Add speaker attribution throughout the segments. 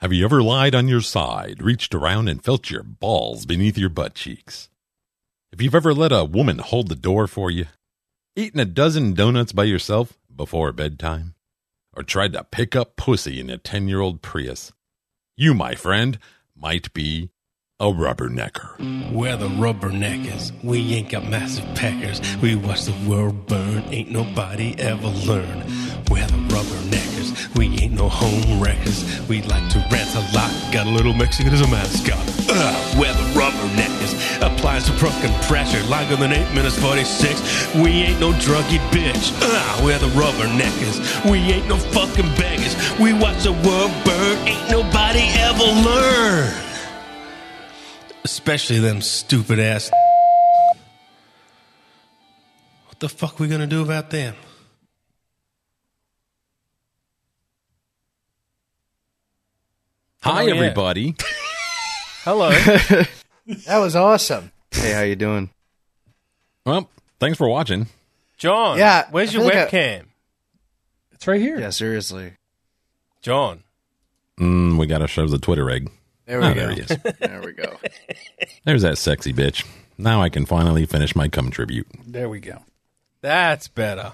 Speaker 1: Have you ever lied on your side, reached around and felt your balls beneath your butt cheeks? If you've ever let a woman hold the door for you, eaten a dozen donuts by yourself before bedtime, or tried to pick up pussy in a 10 year old Prius, you, my friend, might be a
Speaker 2: Mm.
Speaker 1: rubbernecker.
Speaker 3: We're the rubberneckers. We ain't got massive packers. We watch the world burn. Ain't nobody ever learn. We're the rubberneckers. We ain't no home wreckers. We like to rant a lot. Got a little Mexican as a mascot. Ugh, we're the rubberneckers. Applies to drunken pressure. Longer than 8 minutes 46. We ain't no druggy bitch. Ugh, we're the rubberneckers. We ain't no fucking beggars. We watch the world burn. Ain't nobody ever learn. Especially them stupid ass. What the fuck we gonna do about them?
Speaker 1: Hi,
Speaker 2: Oh,
Speaker 4: yeah.
Speaker 1: everybody.
Speaker 4: Hello.
Speaker 2: That was awesome.
Speaker 5: Hey, how you doing?
Speaker 1: Well, thanks for watching.
Speaker 4: John.
Speaker 2: Yeah,
Speaker 4: Where's
Speaker 2: I
Speaker 4: your
Speaker 2: feel like I-
Speaker 4: webcam?
Speaker 6: It's right here.
Speaker 5: Yeah, seriously.
Speaker 4: John.
Speaker 1: Mm, we got to show the Twitter egg.
Speaker 2: There we
Speaker 1: Oh,
Speaker 2: go.
Speaker 1: there he is.
Speaker 5: There we go.
Speaker 1: There's that sexy bitch. Now I can finally finish my cum tribute.
Speaker 6: There we go.
Speaker 4: That's better.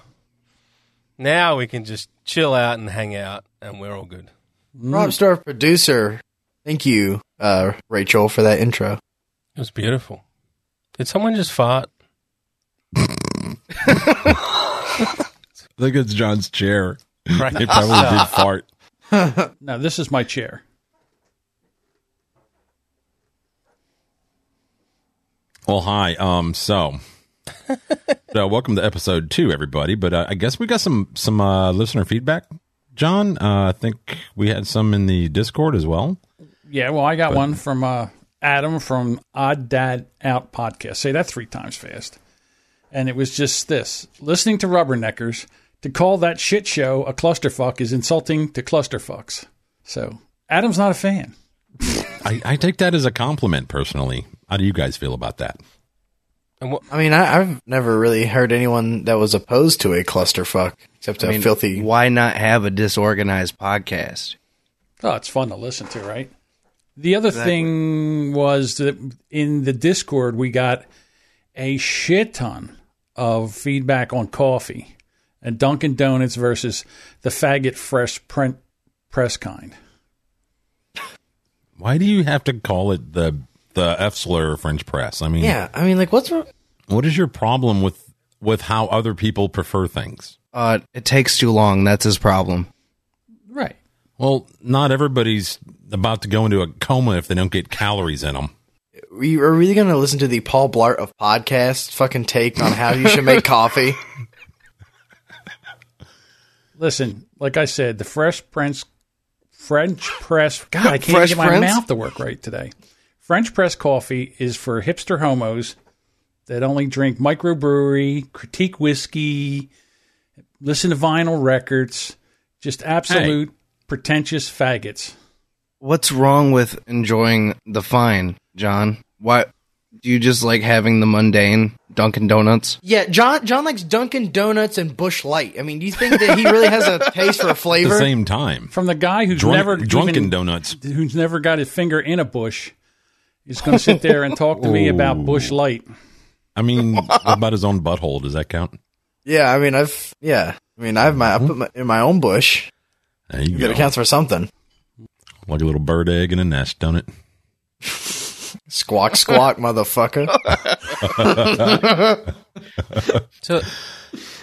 Speaker 4: Now we can just chill out and hang out, and we're all good.
Speaker 2: Rob Star producer. Thank you, uh, Rachel, for that intro.
Speaker 4: It was beautiful. Did someone just fart?
Speaker 1: Look, it's John's chair.
Speaker 4: Crack
Speaker 1: It probably did fart.
Speaker 6: Now this is my chair.
Speaker 1: Well, hi. Um, so, so welcome to episode two, everybody. But uh, I guess we got some some uh, listener feedback. John, uh, I think we had some in the Discord as well.
Speaker 6: Yeah, well, I got one from uh, Adam from Odd Dad Out podcast. Say that three times fast. And it was just this listening to Rubberneckers, to call that shit show a clusterfuck is insulting to clusterfucks. So Adam's not a fan.
Speaker 1: I, I take that as a compliment, personally. How do you guys feel about that?
Speaker 4: And what,
Speaker 2: I mean, I, I've never really heard anyone that was opposed to a clusterfuck, except
Speaker 5: I
Speaker 2: a
Speaker 5: mean,
Speaker 2: filthy.
Speaker 5: Why not have a disorganized podcast?
Speaker 6: Oh, it's fun to listen to, right? The other thing was that in the Discord, we got a shit ton of feedback on coffee and Dunkin' Donuts versus the faggot fresh print press kind.
Speaker 1: Why do you have to call it the the F slur French press? I mean,
Speaker 2: yeah, I mean, like, what's wrong?
Speaker 1: what is your problem with with how other people prefer things?
Speaker 5: Uh, it takes too long. That's his problem.
Speaker 6: Right.
Speaker 1: Well, not everybody's about to go into a coma if they don't get calories in them.
Speaker 2: We are really going to listen to the Paul Blart of podcasts fucking take on how you should make coffee.
Speaker 6: Listen, like I said, the fresh Prince French press. God, I can't
Speaker 2: Fresh
Speaker 6: get my
Speaker 2: Prince?
Speaker 6: mouth to work right today. French press coffee is for hipster homos that only drink microbrewery, critique whiskey, listen to vinyl records, just absolute pretentious faggots.
Speaker 5: What's wrong with enjoying the fine, John? Why do you just like having the mundane Dunkin' Donuts?
Speaker 2: Yeah, John John likes Dunkin' Donuts and Bush Light. I mean, do you think that he really has a taste
Speaker 1: At
Speaker 2: for
Speaker 1: the
Speaker 2: flavor?
Speaker 1: same time,
Speaker 6: From the guy who's
Speaker 1: drunk,
Speaker 6: never
Speaker 1: drunken
Speaker 6: even-
Speaker 1: donuts.
Speaker 6: who's never got his finger in a bush is going to sit there and talk to me about Bush Light.
Speaker 1: I mean, what about his own butthole? Does that count?
Speaker 2: Yeah, I mean, I've yeah, I mean, I've my I put my, in my own bush.
Speaker 1: There you
Speaker 2: That
Speaker 1: go.
Speaker 2: accounts for something.
Speaker 1: Like a little bird egg in a nest, don't it?
Speaker 2: Squawk, squawk, motherfucker.
Speaker 4: so,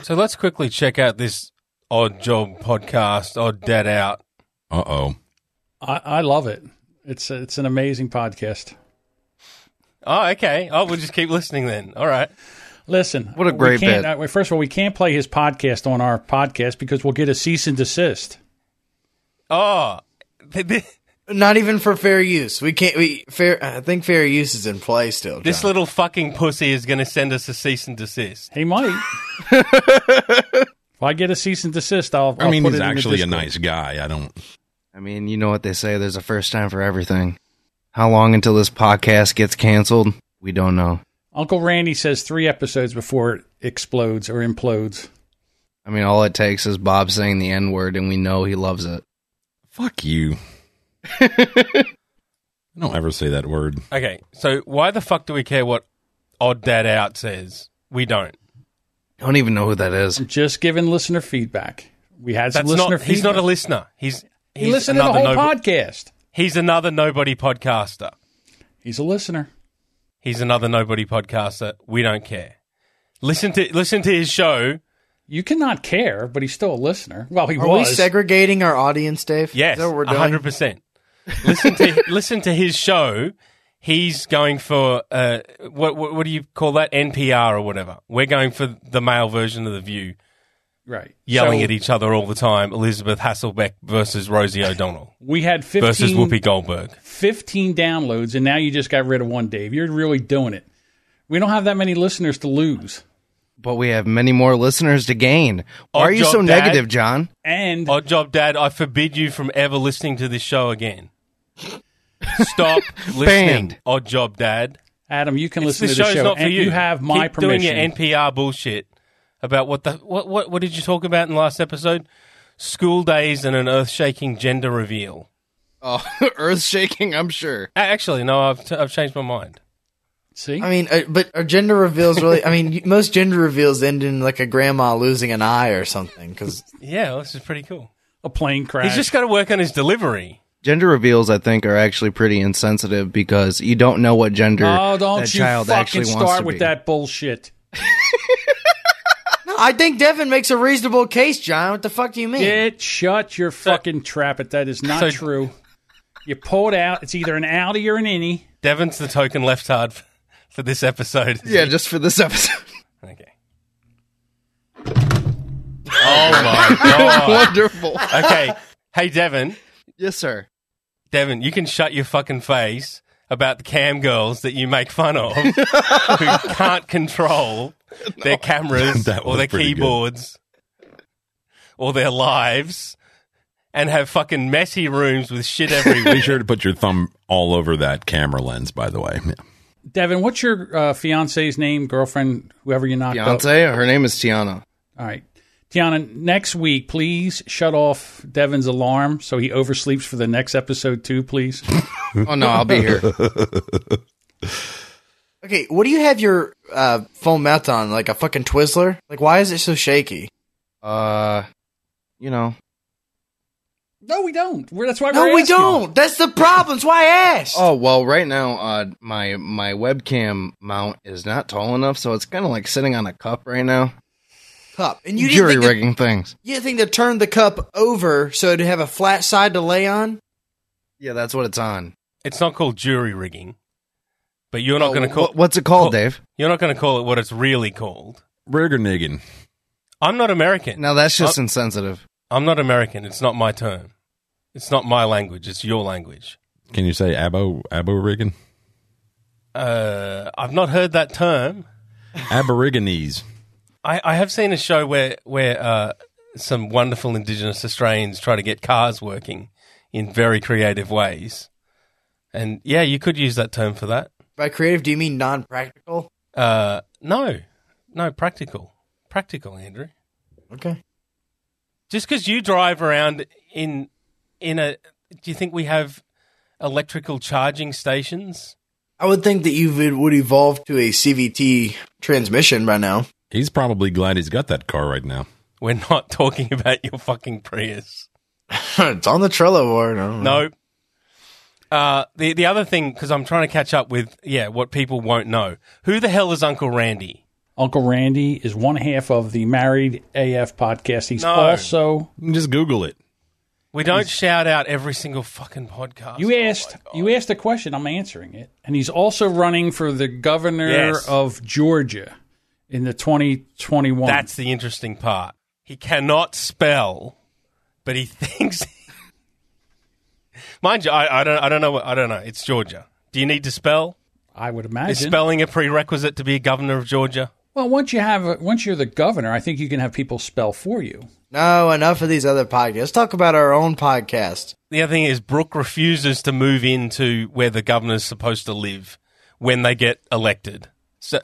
Speaker 4: so let's quickly check out this odd job podcast, odd dad out.
Speaker 1: Uh oh.
Speaker 6: I, I love it. It's it's an amazing podcast.
Speaker 4: Oh, okay. Oh, we'll just keep listening then. All right.
Speaker 6: Listen,
Speaker 5: What a
Speaker 6: we
Speaker 5: great
Speaker 6: can't-
Speaker 5: bit.
Speaker 6: uh, well, first of all, we can't play his podcast on our podcast because we'll get a cease and desist.
Speaker 4: Oh, th- th-
Speaker 2: Not even for fair use. We can't. We fair. I think fair use is in play still. John.
Speaker 4: this little fucking pussy is going to send us a cease and desist.
Speaker 6: He might. if I get a cease and desist, I'll.
Speaker 1: I
Speaker 6: I'll
Speaker 1: mean,
Speaker 6: put
Speaker 1: he's
Speaker 6: it in the
Speaker 1: actually a
Speaker 6: Discord.
Speaker 1: nice guy. I don't.
Speaker 5: I mean, you know what they say. There's a first time for everything. How long until this podcast gets canceled? We don't know.
Speaker 6: Uncle Randy says three episodes before it explodes or implodes.
Speaker 5: I mean, all it takes is Bob saying the N word, and we know he loves it.
Speaker 1: Fuck you. I don't ever say that word.
Speaker 4: Okay, so why the fuck do we care what odd dad out says? We don't.
Speaker 5: I don't even know who that is.
Speaker 6: Just giving listener feedback. We had some
Speaker 4: That's
Speaker 6: listener
Speaker 4: not.
Speaker 6: feedback.
Speaker 4: He's not a listener. He's he's
Speaker 6: He listened to the whole
Speaker 4: nobo-
Speaker 6: podcast.
Speaker 4: He's another nobody podcaster.
Speaker 6: He's a listener.
Speaker 4: He's another nobody podcaster. We don't care. Listen to listen to his show.
Speaker 6: You cannot care, but he's still a listener. Well, he
Speaker 2: Are
Speaker 6: was.
Speaker 2: we segregating our audience, Dave?
Speaker 4: Yes,
Speaker 2: Is that what we're doing?
Speaker 4: hundred percent. Listen to listen to his show. He's going for uh, what, what what do you call that NPR or whatever? We're going for the male version of the View,
Speaker 6: right.
Speaker 4: yelling
Speaker 6: So
Speaker 4: at each other all the time. Elizabeth Hasselbeck versus Rosie O'Donnell
Speaker 6: We had 15,
Speaker 4: versus Whoopi Goldberg.
Speaker 6: 15 downloads, and now you just got rid of one, Dave. You're really doing it. We don't have that many listeners to lose.
Speaker 5: But we have many more listeners to gain. Why
Speaker 4: Odd
Speaker 5: are you
Speaker 4: job,
Speaker 5: so
Speaker 4: Dad.
Speaker 5: negative, John?
Speaker 6: And
Speaker 4: Odd job, Dad. I forbid you from ever listening to this show again. Stop listening,
Speaker 5: Banned.
Speaker 4: Odd job, Dad.
Speaker 6: Adam, you can
Speaker 4: It's-
Speaker 6: listen to
Speaker 4: this
Speaker 6: the
Speaker 4: show's
Speaker 6: show.
Speaker 4: not for
Speaker 6: and
Speaker 4: you.
Speaker 6: have my
Speaker 4: Keep
Speaker 6: permission.
Speaker 4: Doing your NPR bullshit about what the what what what did you talk about in last episode? School days and an earth-shaking gender reveal.
Speaker 5: Oh, earth shaking, I'm sure.
Speaker 4: A- Actually, no, I've t- I've changed my mind.
Speaker 6: See?
Speaker 2: I mean, uh, but are gender reveals really? I mean, y- most gender reveals end in like a grandma losing an eye or something. Because
Speaker 4: Yeah, well, this is pretty cool.
Speaker 6: a plane crash.
Speaker 4: He's just got to work on his delivery.
Speaker 5: Gender reveals, I think, are actually pretty insensitive because you don't know what gender
Speaker 6: oh, don't
Speaker 5: that
Speaker 6: you
Speaker 5: child
Speaker 6: fucking
Speaker 5: actually wants
Speaker 6: start
Speaker 5: to
Speaker 6: with
Speaker 5: be.
Speaker 6: that bullshit.
Speaker 2: no, I think Devin makes a reasonable case, John. What the fuck do you mean?
Speaker 6: It shut your fucking trap. It that is not
Speaker 4: So-
Speaker 6: true. You pull it out. It's either an outie or an innie.
Speaker 4: Devin's the token left hard f- for this episode.
Speaker 5: Yeah, just for this episode.
Speaker 4: Okay. Oh my god.
Speaker 5: Wonderful.
Speaker 4: Okay. Hey Devin,
Speaker 5: yes, sir.
Speaker 4: Devin, you can shut your fucking face about the cam girls that you make fun of who can't control their cameras
Speaker 1: That
Speaker 4: or
Speaker 1: was
Speaker 4: their
Speaker 1: pretty good.
Speaker 4: keyboards or their lives and have fucking messy rooms with shit everywhere.
Speaker 1: Be sure to put your thumb all over that camera lens, by the way. Yeah.
Speaker 6: Devin, what's your uh, fiance's name, girlfriend, whoever you knocked up?
Speaker 5: Beyonce, her name is Tiana.
Speaker 6: All right. Tiana, next week, please shut off Devin's alarm so he oversleeps for the next episode, too, please.
Speaker 5: Oh no, I'll be here.
Speaker 2: Okay, what do you have your uh, phone mount on? Like a fucking Twizzler? Like, why is it so shaky?
Speaker 5: Uh, you know,
Speaker 6: No, we don't. We're, that's why
Speaker 2: No,
Speaker 6: we're
Speaker 2: we
Speaker 6: asking.
Speaker 2: don't. That's the problem. That's why I asked.
Speaker 5: Oh well, right now, uh, my my webcam mount is not tall enough, so it's kind of like sitting on a cup right now.
Speaker 2: cup. And you didn't,
Speaker 5: Jury
Speaker 2: think to,
Speaker 5: rigging things.
Speaker 2: you didn't think to turn the cup over so to have a flat side to lay on?
Speaker 5: Yeah, that's what it's on.
Speaker 4: it's not called jury rigging. But you're not
Speaker 5: Oh,
Speaker 4: going to call
Speaker 5: wh- what's it called,
Speaker 4: call-
Speaker 5: Dave?
Speaker 4: you're not going to call it what it's really called.
Speaker 1: Regernigan.
Speaker 4: I'm not American.
Speaker 5: Now that's just
Speaker 4: Oh.
Speaker 5: insensitive.
Speaker 4: I'm not American. It's not my term. It's not my language. It's your language.
Speaker 1: Can you say abo aborigan?
Speaker 4: Uh, I've not heard that term.
Speaker 1: Aborigines.
Speaker 4: I, I have seen a show where where uh, some wonderful Indigenous Australians try to get cars working in very creative ways, and yeah, you could use that term for that.
Speaker 2: By creative, do you mean non practical?
Speaker 4: Uh, no, no, practical, practical, Andrew.
Speaker 2: Okay.
Speaker 4: Just because you drive around in in a, do you think we have electrical charging stations?
Speaker 2: I would think that you would- would evolve to a CVT transmission by now.
Speaker 1: He's probably glad he's got that car right now.
Speaker 4: We're not talking about your fucking Prius.
Speaker 2: it's on the Trello board. I don't know.
Speaker 4: No. Uh, the the other thing, because I'm trying to catch up with yeah, what people won't know. Who the hell is Uncle Randy?
Speaker 6: Uncle Randy is one half of the Married AF podcast. He's
Speaker 4: No.
Speaker 6: also.
Speaker 1: Just Google it.
Speaker 4: We don't shout out every single fucking podcast. Oh
Speaker 6: You asked you asked a question. I'm answering it. And he's also running for the governor
Speaker 4: Yes.
Speaker 6: of Georgia in the 2021.
Speaker 4: That's the interesting part. He cannot spell, but he thinks. Mind you, I, I don't I don't know what I don't know. It's Georgia. Do you need to spell?
Speaker 6: I would
Speaker 4: Is
Speaker 6: imagine.
Speaker 4: spelling a prerequisite to be a governor of Georgia?
Speaker 6: well, once you have a, once you're the governor, I think you can have people spell for you.
Speaker 2: No, enough of these other podcasts. Let's talk about our own podcast.
Speaker 4: The other thing is Brooke refuses to move into where the governor's supposed to live when they get elected. So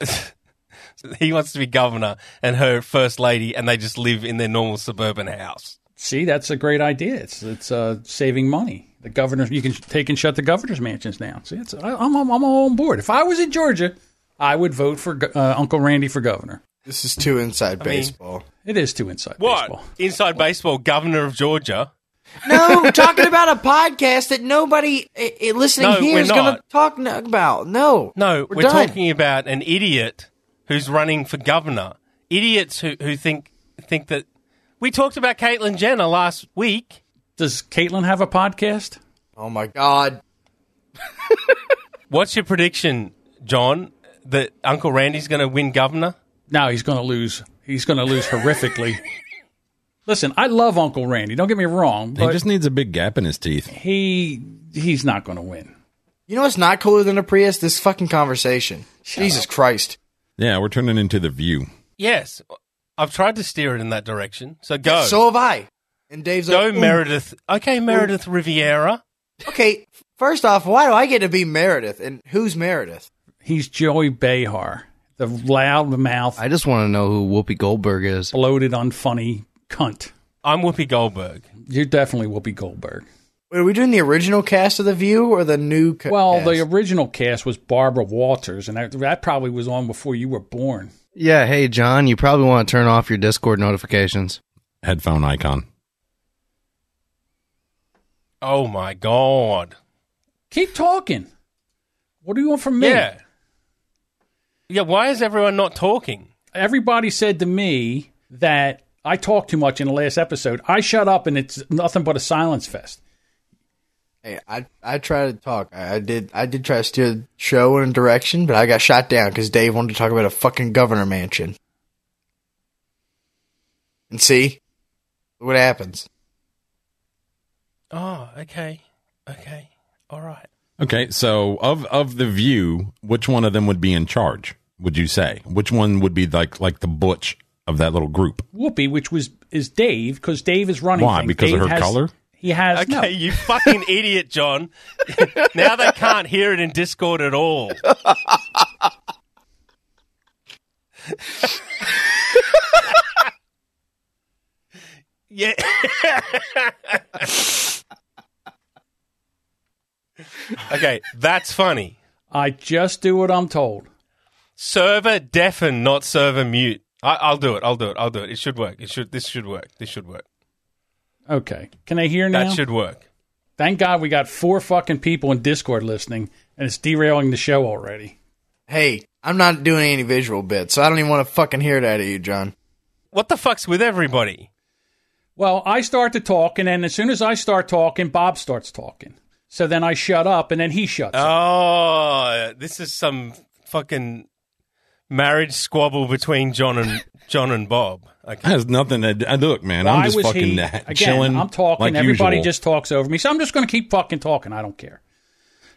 Speaker 4: he wants to be governor and her first lady, and they just live in their normal suburban house.
Speaker 6: See, that's a great idea. It's it's uh, saving money. The governor's you can take and shut the governor's mansions down. See, it's, I, I'm I'm all on board. If I was in Georgia, I would vote for go- uh, Uncle Randy for governor.
Speaker 2: This is too inside baseball.
Speaker 6: It is too inside
Speaker 4: What?
Speaker 6: baseball.
Speaker 4: Inside baseball, governor of Georgia.
Speaker 2: no, talking about a podcast that nobody i- i- listening
Speaker 4: No,
Speaker 2: here
Speaker 4: we're
Speaker 2: is going to
Speaker 4: not.
Speaker 2: talk n- about. No,
Speaker 4: No,
Speaker 2: we're,
Speaker 4: we're,
Speaker 2: done.
Speaker 4: talking about an idiot who's running for governor. Idiots who, who think think that we talked about Caitlyn Jenner last week.
Speaker 6: Does Caitlin have a podcast?
Speaker 2: Oh my god,
Speaker 4: What's your prediction, John? That Uncle Randy's going to win governor?
Speaker 6: No, he's going to lose. He's going to lose horrifically. Listen, I love Uncle Randy. Don't get me wrong,
Speaker 1: He
Speaker 6: but
Speaker 1: just needs a big gap in his teeth.
Speaker 6: he he's not going to win.
Speaker 2: you know what's not cooler than a Prius? This fucking conversation. Jesus Christ.
Speaker 1: Yeah, we're turning into the view.
Speaker 4: Yes, I've tried to steer it in that direction. So go,
Speaker 2: So have I. And Dave's
Speaker 4: go,
Speaker 2: like, "Ooh,
Speaker 4: Oh. Meredith. Okay, Meredith Riviera.
Speaker 2: Okay, first off, why do I get to be Meredith? And who's Meredith?
Speaker 6: He's Joey Behar, the loud mouth,
Speaker 5: I just want to know who Whoopi Goldberg is.
Speaker 6: bloated, unfunny cunt.
Speaker 4: I'm Whoopi Goldberg.
Speaker 6: You're definitely Whoopi Goldberg.
Speaker 2: Wait, are we doing the original cast of The View or the new ca-
Speaker 6: Well,
Speaker 2: cast?
Speaker 6: the original cast was Barbara Walters, and that, that probably was on before you were born.
Speaker 5: Yeah, hey John, you probably want to turn off your Discord notifications.
Speaker 1: Headphone icon.
Speaker 4: Oh my god.
Speaker 6: Keep talking. What do you want from me?
Speaker 4: Yeah. Yeah, why is everyone not talking?
Speaker 6: Everybody said to me that I talked too much in the last episode. I shut up, and it's nothing but a silence fest.
Speaker 2: Hey, I I try to talk. I, I did I did try to steer the show in a direction, but I got shot down because Dave wanted to talk about a fucking governor mansion. And see, Look what happens?
Speaker 4: Oh, okay. Okay. All right.
Speaker 1: Okay, so of of the view, which one of them would be in charge? Would you say which one would be like like the butch of that little group?
Speaker 6: Whoopi, which was is Dave, because Dave is running.
Speaker 1: Why?
Speaker 6: things.
Speaker 1: Because of
Speaker 6: Dave
Speaker 1: her
Speaker 6: has-
Speaker 1: color?
Speaker 6: He has
Speaker 4: Okay,
Speaker 6: no.
Speaker 4: you fucking idiot, John. now they can't hear it in Discord at all. yeah. okay, that's funny.
Speaker 6: I just do what I'm told.
Speaker 4: Server deafen, not server mute. I, I'll do it. I'll do it. I'll do it. It should work. It should. This should work. This should work.
Speaker 6: Okay, can I hear now?
Speaker 4: That should work.
Speaker 6: Thank God we got four fucking people in Discord listening, and it's derailing the show already.
Speaker 2: Hey, I'm not doing any visual bits, so I don't even want to fucking hear it out of you, John.
Speaker 4: What the fuck's with everybody?
Speaker 6: Well, I start to talk, and then as soon as I start talking, Bob starts talking. So then I shut up, and then he shuts up.
Speaker 4: Oh, this is some fucking marriage squabble between John and John and Bob. Okay.
Speaker 1: Has nothing to do. uh, Look, man,
Speaker 6: Why
Speaker 1: I'm just
Speaker 6: was
Speaker 1: fucking
Speaker 6: he,
Speaker 1: uh,
Speaker 6: again,
Speaker 1: chilling.
Speaker 6: I'm talking.
Speaker 1: like
Speaker 6: everybody
Speaker 1: usual.
Speaker 6: just talks over me, so I'm just going to keep fucking talking. I don't care.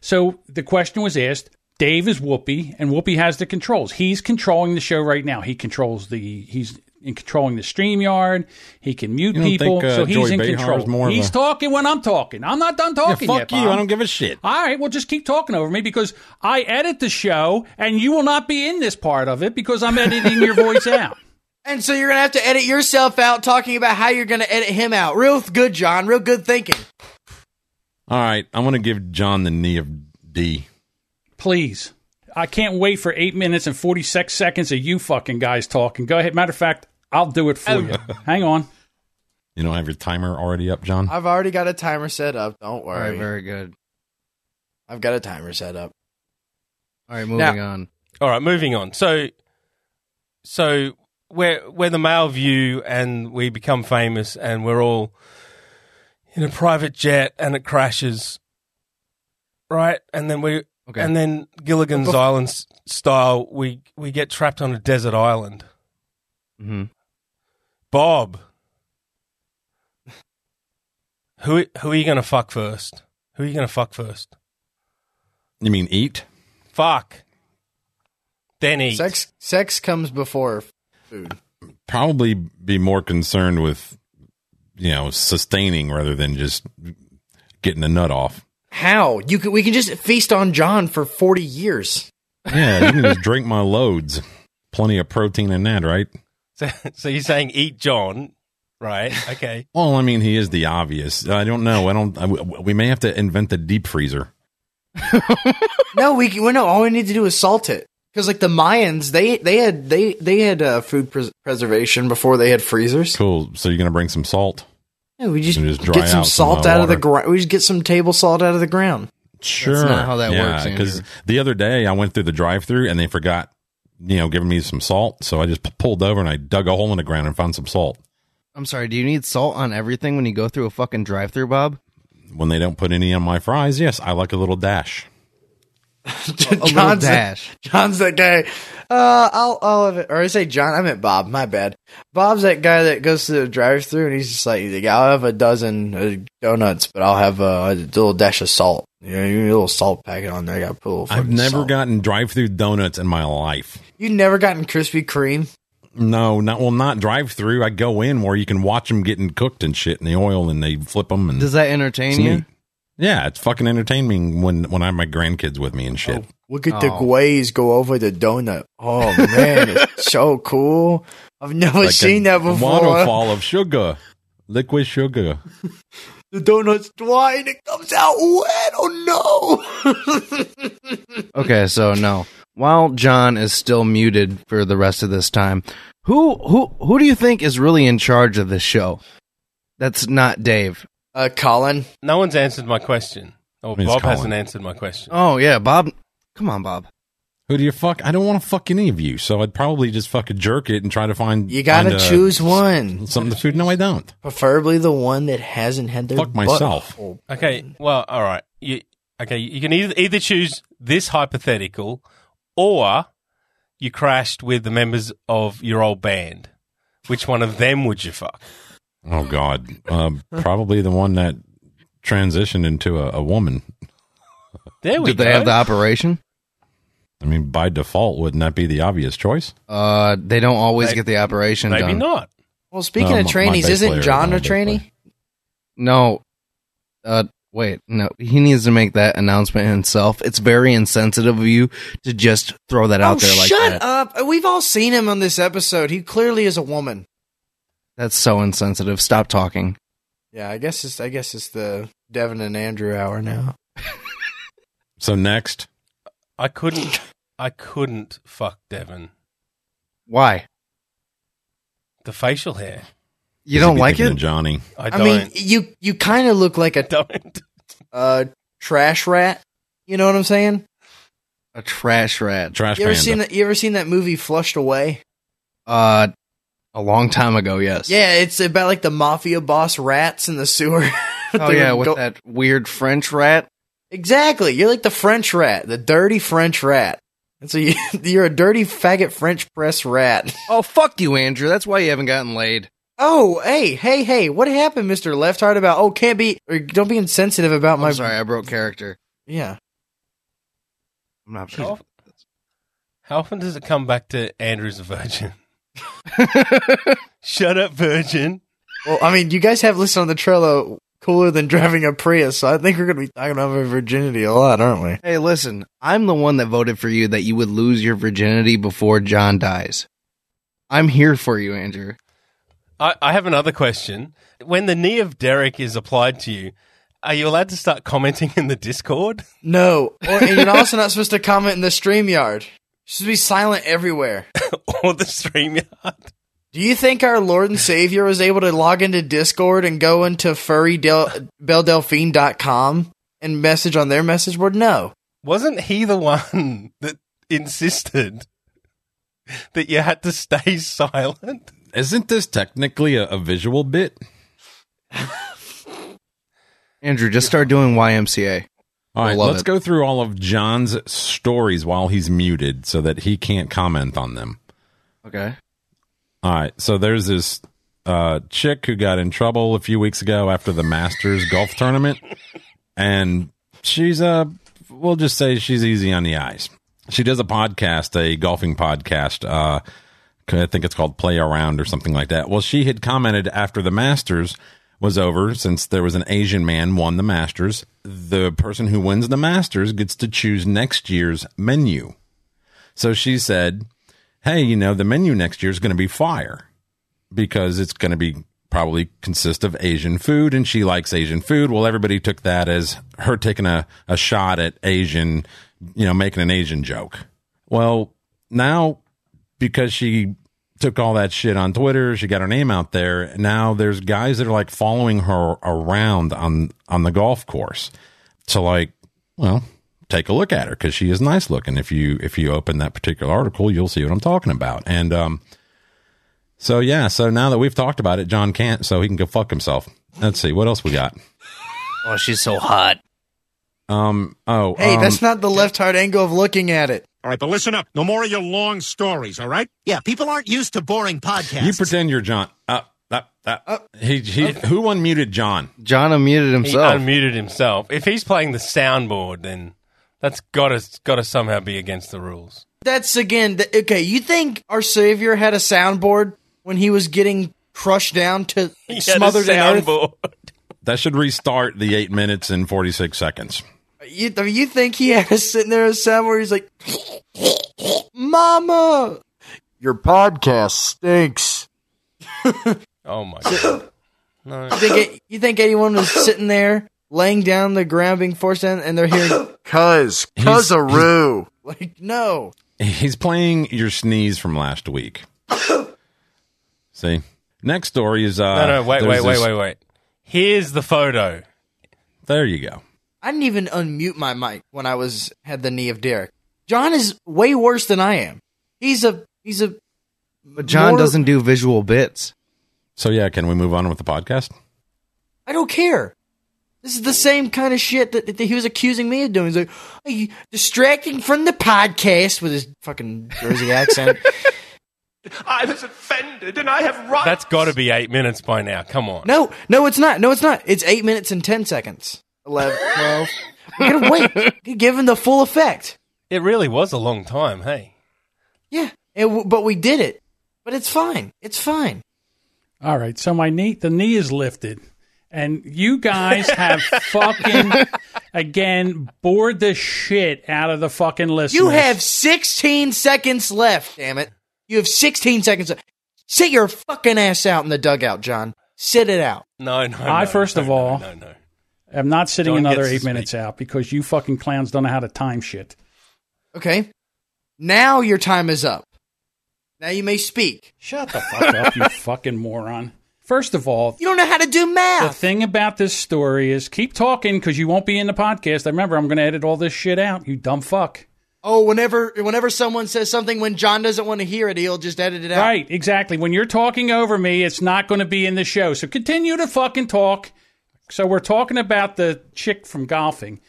Speaker 6: So the question was asked. Dave is Whoopi, and Whoopi has the controls. He's controlling the show right now. He controls the. He's in controlling the stream yard. He can mute
Speaker 1: You don't
Speaker 6: people,
Speaker 1: think, uh,
Speaker 6: so he's
Speaker 1: Joy
Speaker 6: in
Speaker 1: Behar is
Speaker 6: control.
Speaker 1: more of
Speaker 6: he's
Speaker 1: a-
Speaker 6: talking when I'm talking. I'm not done
Speaker 1: Yeah,
Speaker 6: talking
Speaker 1: fuck
Speaker 6: yet.
Speaker 1: you.
Speaker 6: Bob.
Speaker 1: I don't give a shit.
Speaker 6: All right, well, just keep talking over me because I edit the show, and you will not be in this part of it because I'm editing your voice out.
Speaker 2: And so you're gonna have to edit yourself out talking about how you're gonna edit him out. Real good, John. Real good thinking.
Speaker 1: All right, I'm gonna give John the knee of D.
Speaker 6: Please. I can't wait for eight minutes and 46 seconds of you fucking guys talking. Go ahead. Matter of fact, I'll do it for
Speaker 2: Oh,
Speaker 6: you. Hang on.
Speaker 1: You don't have your timer already up, John.
Speaker 2: I've already got a timer set up. Don't
Speaker 5: All
Speaker 2: worry.
Speaker 5: right, very good.
Speaker 2: I've got a timer set up.
Speaker 5: All right, moving
Speaker 2: Now-
Speaker 5: on.
Speaker 4: All right, moving on. So, so we're we're the male view, and we become famous, and we're all in a private jet, and it crashes, right? And then we,
Speaker 5: Okay.
Speaker 4: and then Gilligan's Island s- style, we we get trapped on a desert island.
Speaker 5: Mhm.
Speaker 4: Bob, who who are you gonna fuck first? Who are you gonna fuck first?
Speaker 1: You mean eat?
Speaker 4: Fuck, then eat.
Speaker 2: Sex, sex comes before food.
Speaker 1: Probably be more concerned with you know sustaining rather than just getting a nut off.
Speaker 2: How you can we can just feast on John for forty years.
Speaker 1: Yeah, you can just drink my loads. Plenty of protein in that, right?
Speaker 4: So, so you're saying eat John, Right. Okay.
Speaker 1: Well, I mean, he is the obvious. I don't know. I don't. I, we may have to invent the deep freezer.
Speaker 2: No, we can, well, no. All we need to do is salt it because like the Mayans, they they had they they had uh, food pres- preservation before they had freezers.
Speaker 1: Cool. So you're gonna bring some salt.
Speaker 2: Yeah, we just,
Speaker 1: And just dry
Speaker 2: get some
Speaker 1: out some
Speaker 2: salt
Speaker 1: hot
Speaker 2: out of the
Speaker 1: water.
Speaker 2: ground. We just get some table salt out of the ground.
Speaker 1: Sure.
Speaker 5: not how that works, Andrew.
Speaker 1: Because the other day I went through the drive-through and they forgot, you know, giving me some salt. So I just p- pulled over and I dug a hole in the ground and found some salt.
Speaker 5: I'm sorry. Do you need salt on everything when you go through a fucking drive-through, Bob?
Speaker 1: When they don't put any on my fries, yes, I like a little dash.
Speaker 5: A little
Speaker 2: John's-
Speaker 5: dash.
Speaker 2: John's that guy. Uh, I'll, I'll have it. Or I say John. I meant Bob. My bad. Bob's that guy that goes to the drive-through and he's just like, he's like, I'll have a dozen uh, donuts, but I'll have uh, a little dash of salt. You know, you need a little salt packet on there. I got to put a little.
Speaker 1: I've
Speaker 2: fucking
Speaker 1: never
Speaker 2: salt.
Speaker 1: gotten drive-through donuts in my life.
Speaker 2: You never gotten Krispy Kreme.
Speaker 1: No, not well, not drive-through. I go in where you can watch them getting cooked and shit in the oil, and they flip them and
Speaker 5: Does that entertain
Speaker 1: It's neat.
Speaker 5: you?
Speaker 1: Yeah, it's fucking entertaining when when I have my grandkids with me and shit.
Speaker 2: Look at the
Speaker 5: Oh.
Speaker 2: glaze go over the donut. Oh man, it's so cool. I've never
Speaker 1: Like a
Speaker 2: seen that before.
Speaker 1: Waterfall of sugar, liquid sugar.
Speaker 2: The donut's dry and it comes out wet. Oh no!
Speaker 5: Okay, so no. While John is still muted for the rest of this time, who who who do you think is really in charge of this show? That's not Dave.
Speaker 2: uh, Colin,
Speaker 4: No one's answered my question. Oh,
Speaker 1: Miss
Speaker 4: Bob
Speaker 1: Colin.
Speaker 4: hasn't answered my question.
Speaker 5: Oh yeah, Bob. Come on, Bob.
Speaker 1: Who do you fuck? I don't want to fuck any of you, so I'd probably just fucking jerk it and try to find.
Speaker 2: you gotta
Speaker 1: find, uh,
Speaker 2: choose one.
Speaker 1: something to food. No, I don't.
Speaker 2: Preferably the one that hasn't had their
Speaker 1: Fuck myself.
Speaker 2: butthole.
Speaker 4: Okay. Well, all right. You okay? You can either either choose this hypothetical, or you crashed with the members of your old band. Which one of them would you fuck?
Speaker 1: Oh God, um, probably the one that transitioned into a, a woman.
Speaker 4: There we
Speaker 5: Did they
Speaker 4: go.
Speaker 5: have the operation?
Speaker 1: I mean, by default, wouldn't that be the obvious choice?
Speaker 5: Uh, they don't always get the operation
Speaker 4: Maybe
Speaker 5: done.
Speaker 4: not.
Speaker 2: Well, speaking
Speaker 1: No,
Speaker 2: of
Speaker 1: my- my
Speaker 2: trainees,
Speaker 1: bass player
Speaker 2: isn't
Speaker 1: is not
Speaker 2: John a
Speaker 1: a bass
Speaker 2: trainee?
Speaker 1: player.
Speaker 5: No. Uh, wait. No, he needs to make that announcement himself. It's very insensitive of you to just throw that out
Speaker 2: oh,
Speaker 5: there like
Speaker 2: shut
Speaker 5: that.
Speaker 2: up! We've all seen him on this episode. He clearly is a woman.
Speaker 5: That's so insensitive. Stop talking.
Speaker 2: Yeah, I guess it's I guess it's the Devin and Andrew hour now.
Speaker 1: So next,
Speaker 4: I couldn't. I couldn't fuck Devon.
Speaker 5: Why?
Speaker 4: The facial hair.
Speaker 5: You
Speaker 1: He'd
Speaker 5: don't
Speaker 1: be
Speaker 5: like
Speaker 1: thinking
Speaker 5: it?
Speaker 1: of Johnny?
Speaker 4: I
Speaker 2: I,
Speaker 4: don't.
Speaker 2: mean, you you kind of look like a
Speaker 4: don't.
Speaker 2: uh, trash rat. You know what I'm saying?
Speaker 5: A trash rat.
Speaker 1: Trash
Speaker 2: you ever
Speaker 1: panda.
Speaker 2: seen that? You ever seen that movie Flushed Away?
Speaker 5: Uh, a long time ago, yes.
Speaker 2: Yeah, it's about like the mafia boss rats in the sewer.
Speaker 5: Oh
Speaker 2: They're
Speaker 5: yeah, with
Speaker 2: go-
Speaker 5: that weird French rat.
Speaker 2: Exactly. You're like the French rat, the dirty French rat. And so you, you're a dirty faggot French press rat.
Speaker 5: Oh fuck you, Andrew. That's why you haven't gotten laid.
Speaker 2: Oh, hey, hey, hey! What happened, Mister Left Heart? About oh, can't be or don't be insensitive about my
Speaker 5: I'm sorry, I broke character.
Speaker 2: yeah.
Speaker 5: I'm not.
Speaker 4: How, how often does it come back to Andrew's a virgin? Shut up, virgin.
Speaker 2: Well, I mean, you guys have listed on the Trello cooler than driving a Prius, so I think we're gonna be talking about my virginity a lot, aren't we?
Speaker 5: Hey, listen. I'm the one that voted for you that you would lose your virginity before John dies. I'm here for you, Andrew.
Speaker 4: I, I have another question. When the knee of Derek is applied to you, are you allowed to start commenting in the Discord?
Speaker 2: No, or, and you're also not supposed to comment in the stream yard. Should be silent everywhere.
Speaker 4: or the StreamYard?
Speaker 2: Do you think our Lord and Savior was able to log into Discord and go into furrydeldelphine.com and message on their message board? No.
Speaker 4: Wasn't he the one that insisted that you had to stay silent?
Speaker 1: Isn't this technically a, a visual bit?
Speaker 5: Andrew, just start doing YMCA.
Speaker 1: All right,
Speaker 5: love
Speaker 1: let's
Speaker 5: it.
Speaker 1: go through all of John's stories while he's muted so that he can't comment on them.
Speaker 5: Okay.
Speaker 1: All right, so there's this uh, chick who got in trouble a few weeks ago after the Masters golf tournament, and she's uh, we'll just say she's easy on the eyes. She does a podcast, a golfing podcast. Uh, I think it's called Play Around or something like that. Well, she had commented after the Masters was over, since there was an Asian man won the Masters, the person who wins the Masters gets to choose next year's menu. So she said, hey, you know, the menu next year is going to be fire because it's going to be probably consist of Asian food, and she likes Asian food. Well, everybody took that as her taking a, a shot at Asian, you know, making an Asian joke. Well, now because she took all that shit on Twitter, she got her name out there. Now there's guys that are like following her around on on the golf course to like, well, take a look at her because she is nice looking. If you if you open that particular article, you'll see what I'm talking about. And um, so yeah, so now that we've talked about it, John can't, so he can go fuck himself. Let's see what else we got.
Speaker 5: Oh, she's so hot.
Speaker 1: Um, oh,
Speaker 2: Hey,
Speaker 1: um,
Speaker 2: that's not the left hard angle of looking at it.
Speaker 7: All right, but listen up. No more of your long stories, all right?
Speaker 8: Yeah, people aren't used to boring podcasts.
Speaker 1: you pretend you're John. Uh, that that he, he who unmuted John?
Speaker 5: John unmuted
Speaker 4: He
Speaker 5: himself.
Speaker 4: unmuted himself. If he's playing the soundboard, then that's got to got to somehow be against the rules.
Speaker 2: That's again. The, okay, you think our savior had a soundboard when he was getting crushed down to smothered in earth?
Speaker 1: That should restart the eight minutes and forty six seconds.
Speaker 2: You, I mean, you think he had us sitting there in a somewhere? He's like, "Mama, your podcast stinks."
Speaker 4: Oh my god!
Speaker 2: You think, it, you think anyone was sitting there laying down on the ground, being forced down, and they're hearing,
Speaker 9: Cuz,
Speaker 1: He's-
Speaker 9: cuz a roo.
Speaker 2: like, "No,
Speaker 1: He's playing your sneeze from last week. see, next story is uh,
Speaker 4: No, no, wait, wait,
Speaker 1: there's
Speaker 4: wait,
Speaker 1: this-
Speaker 4: wait, wait. Here's the photo.
Speaker 1: There you go.
Speaker 2: I didn't even unmute my mic when I was had the knee of Derek." John is way worse than I am. He's a he's a
Speaker 5: but John
Speaker 2: more-
Speaker 5: doesn't do visual bits.
Speaker 1: So yeah, can we move on with the podcast?
Speaker 2: I don't care. This is the same kind of shit that, that he was accusing me of doing. He's like, "Are you distracting from the podcast with his fucking Jersey accent.
Speaker 4: That's got to be eight minutes by now. Come on.
Speaker 2: No, no, it's not. No, it's not. It's eight minutes and ten seconds. 11, 12. We gotta wait. Give him the full effect.
Speaker 4: It really was a long time. Hey,
Speaker 2: Yeah, and w- but we did it. But it's fine. It's fine.
Speaker 6: All right, so my knee, the knee is lifted, and you guys have fucking again bored the shit out of the fucking listeners.
Speaker 2: You have 16 seconds left. Damn it! You have 16 seconds. left. Sit your fucking ass out in the dugout, John. Sit it out.
Speaker 4: no, no.
Speaker 6: I,
Speaker 4: no,
Speaker 6: first
Speaker 4: no,
Speaker 6: of
Speaker 4: no,
Speaker 6: all-
Speaker 4: no, no.
Speaker 6: I'm not sitting
Speaker 4: John
Speaker 6: another
Speaker 4: gets to
Speaker 6: eight minutes out because you fucking clowns don't know how to time shit.
Speaker 2: Okay. Now your time is up. Now you may speak.
Speaker 6: Shut the fuck up, you fucking moron. First of all,
Speaker 2: You don't know how to do
Speaker 6: the
Speaker 2: math.
Speaker 6: thing about this story is keep talking because you won't be in the podcast. I remember I'm going to edit all this shit out. You dumb fuck.
Speaker 2: oh, whenever whenever someone says something when John doesn't want to hear it, he'll just edit it out.
Speaker 6: Right, exactly. When you're talking over me, it's not going to be in the show. So continue to fucking talk. So we're talking about the chick from golfing,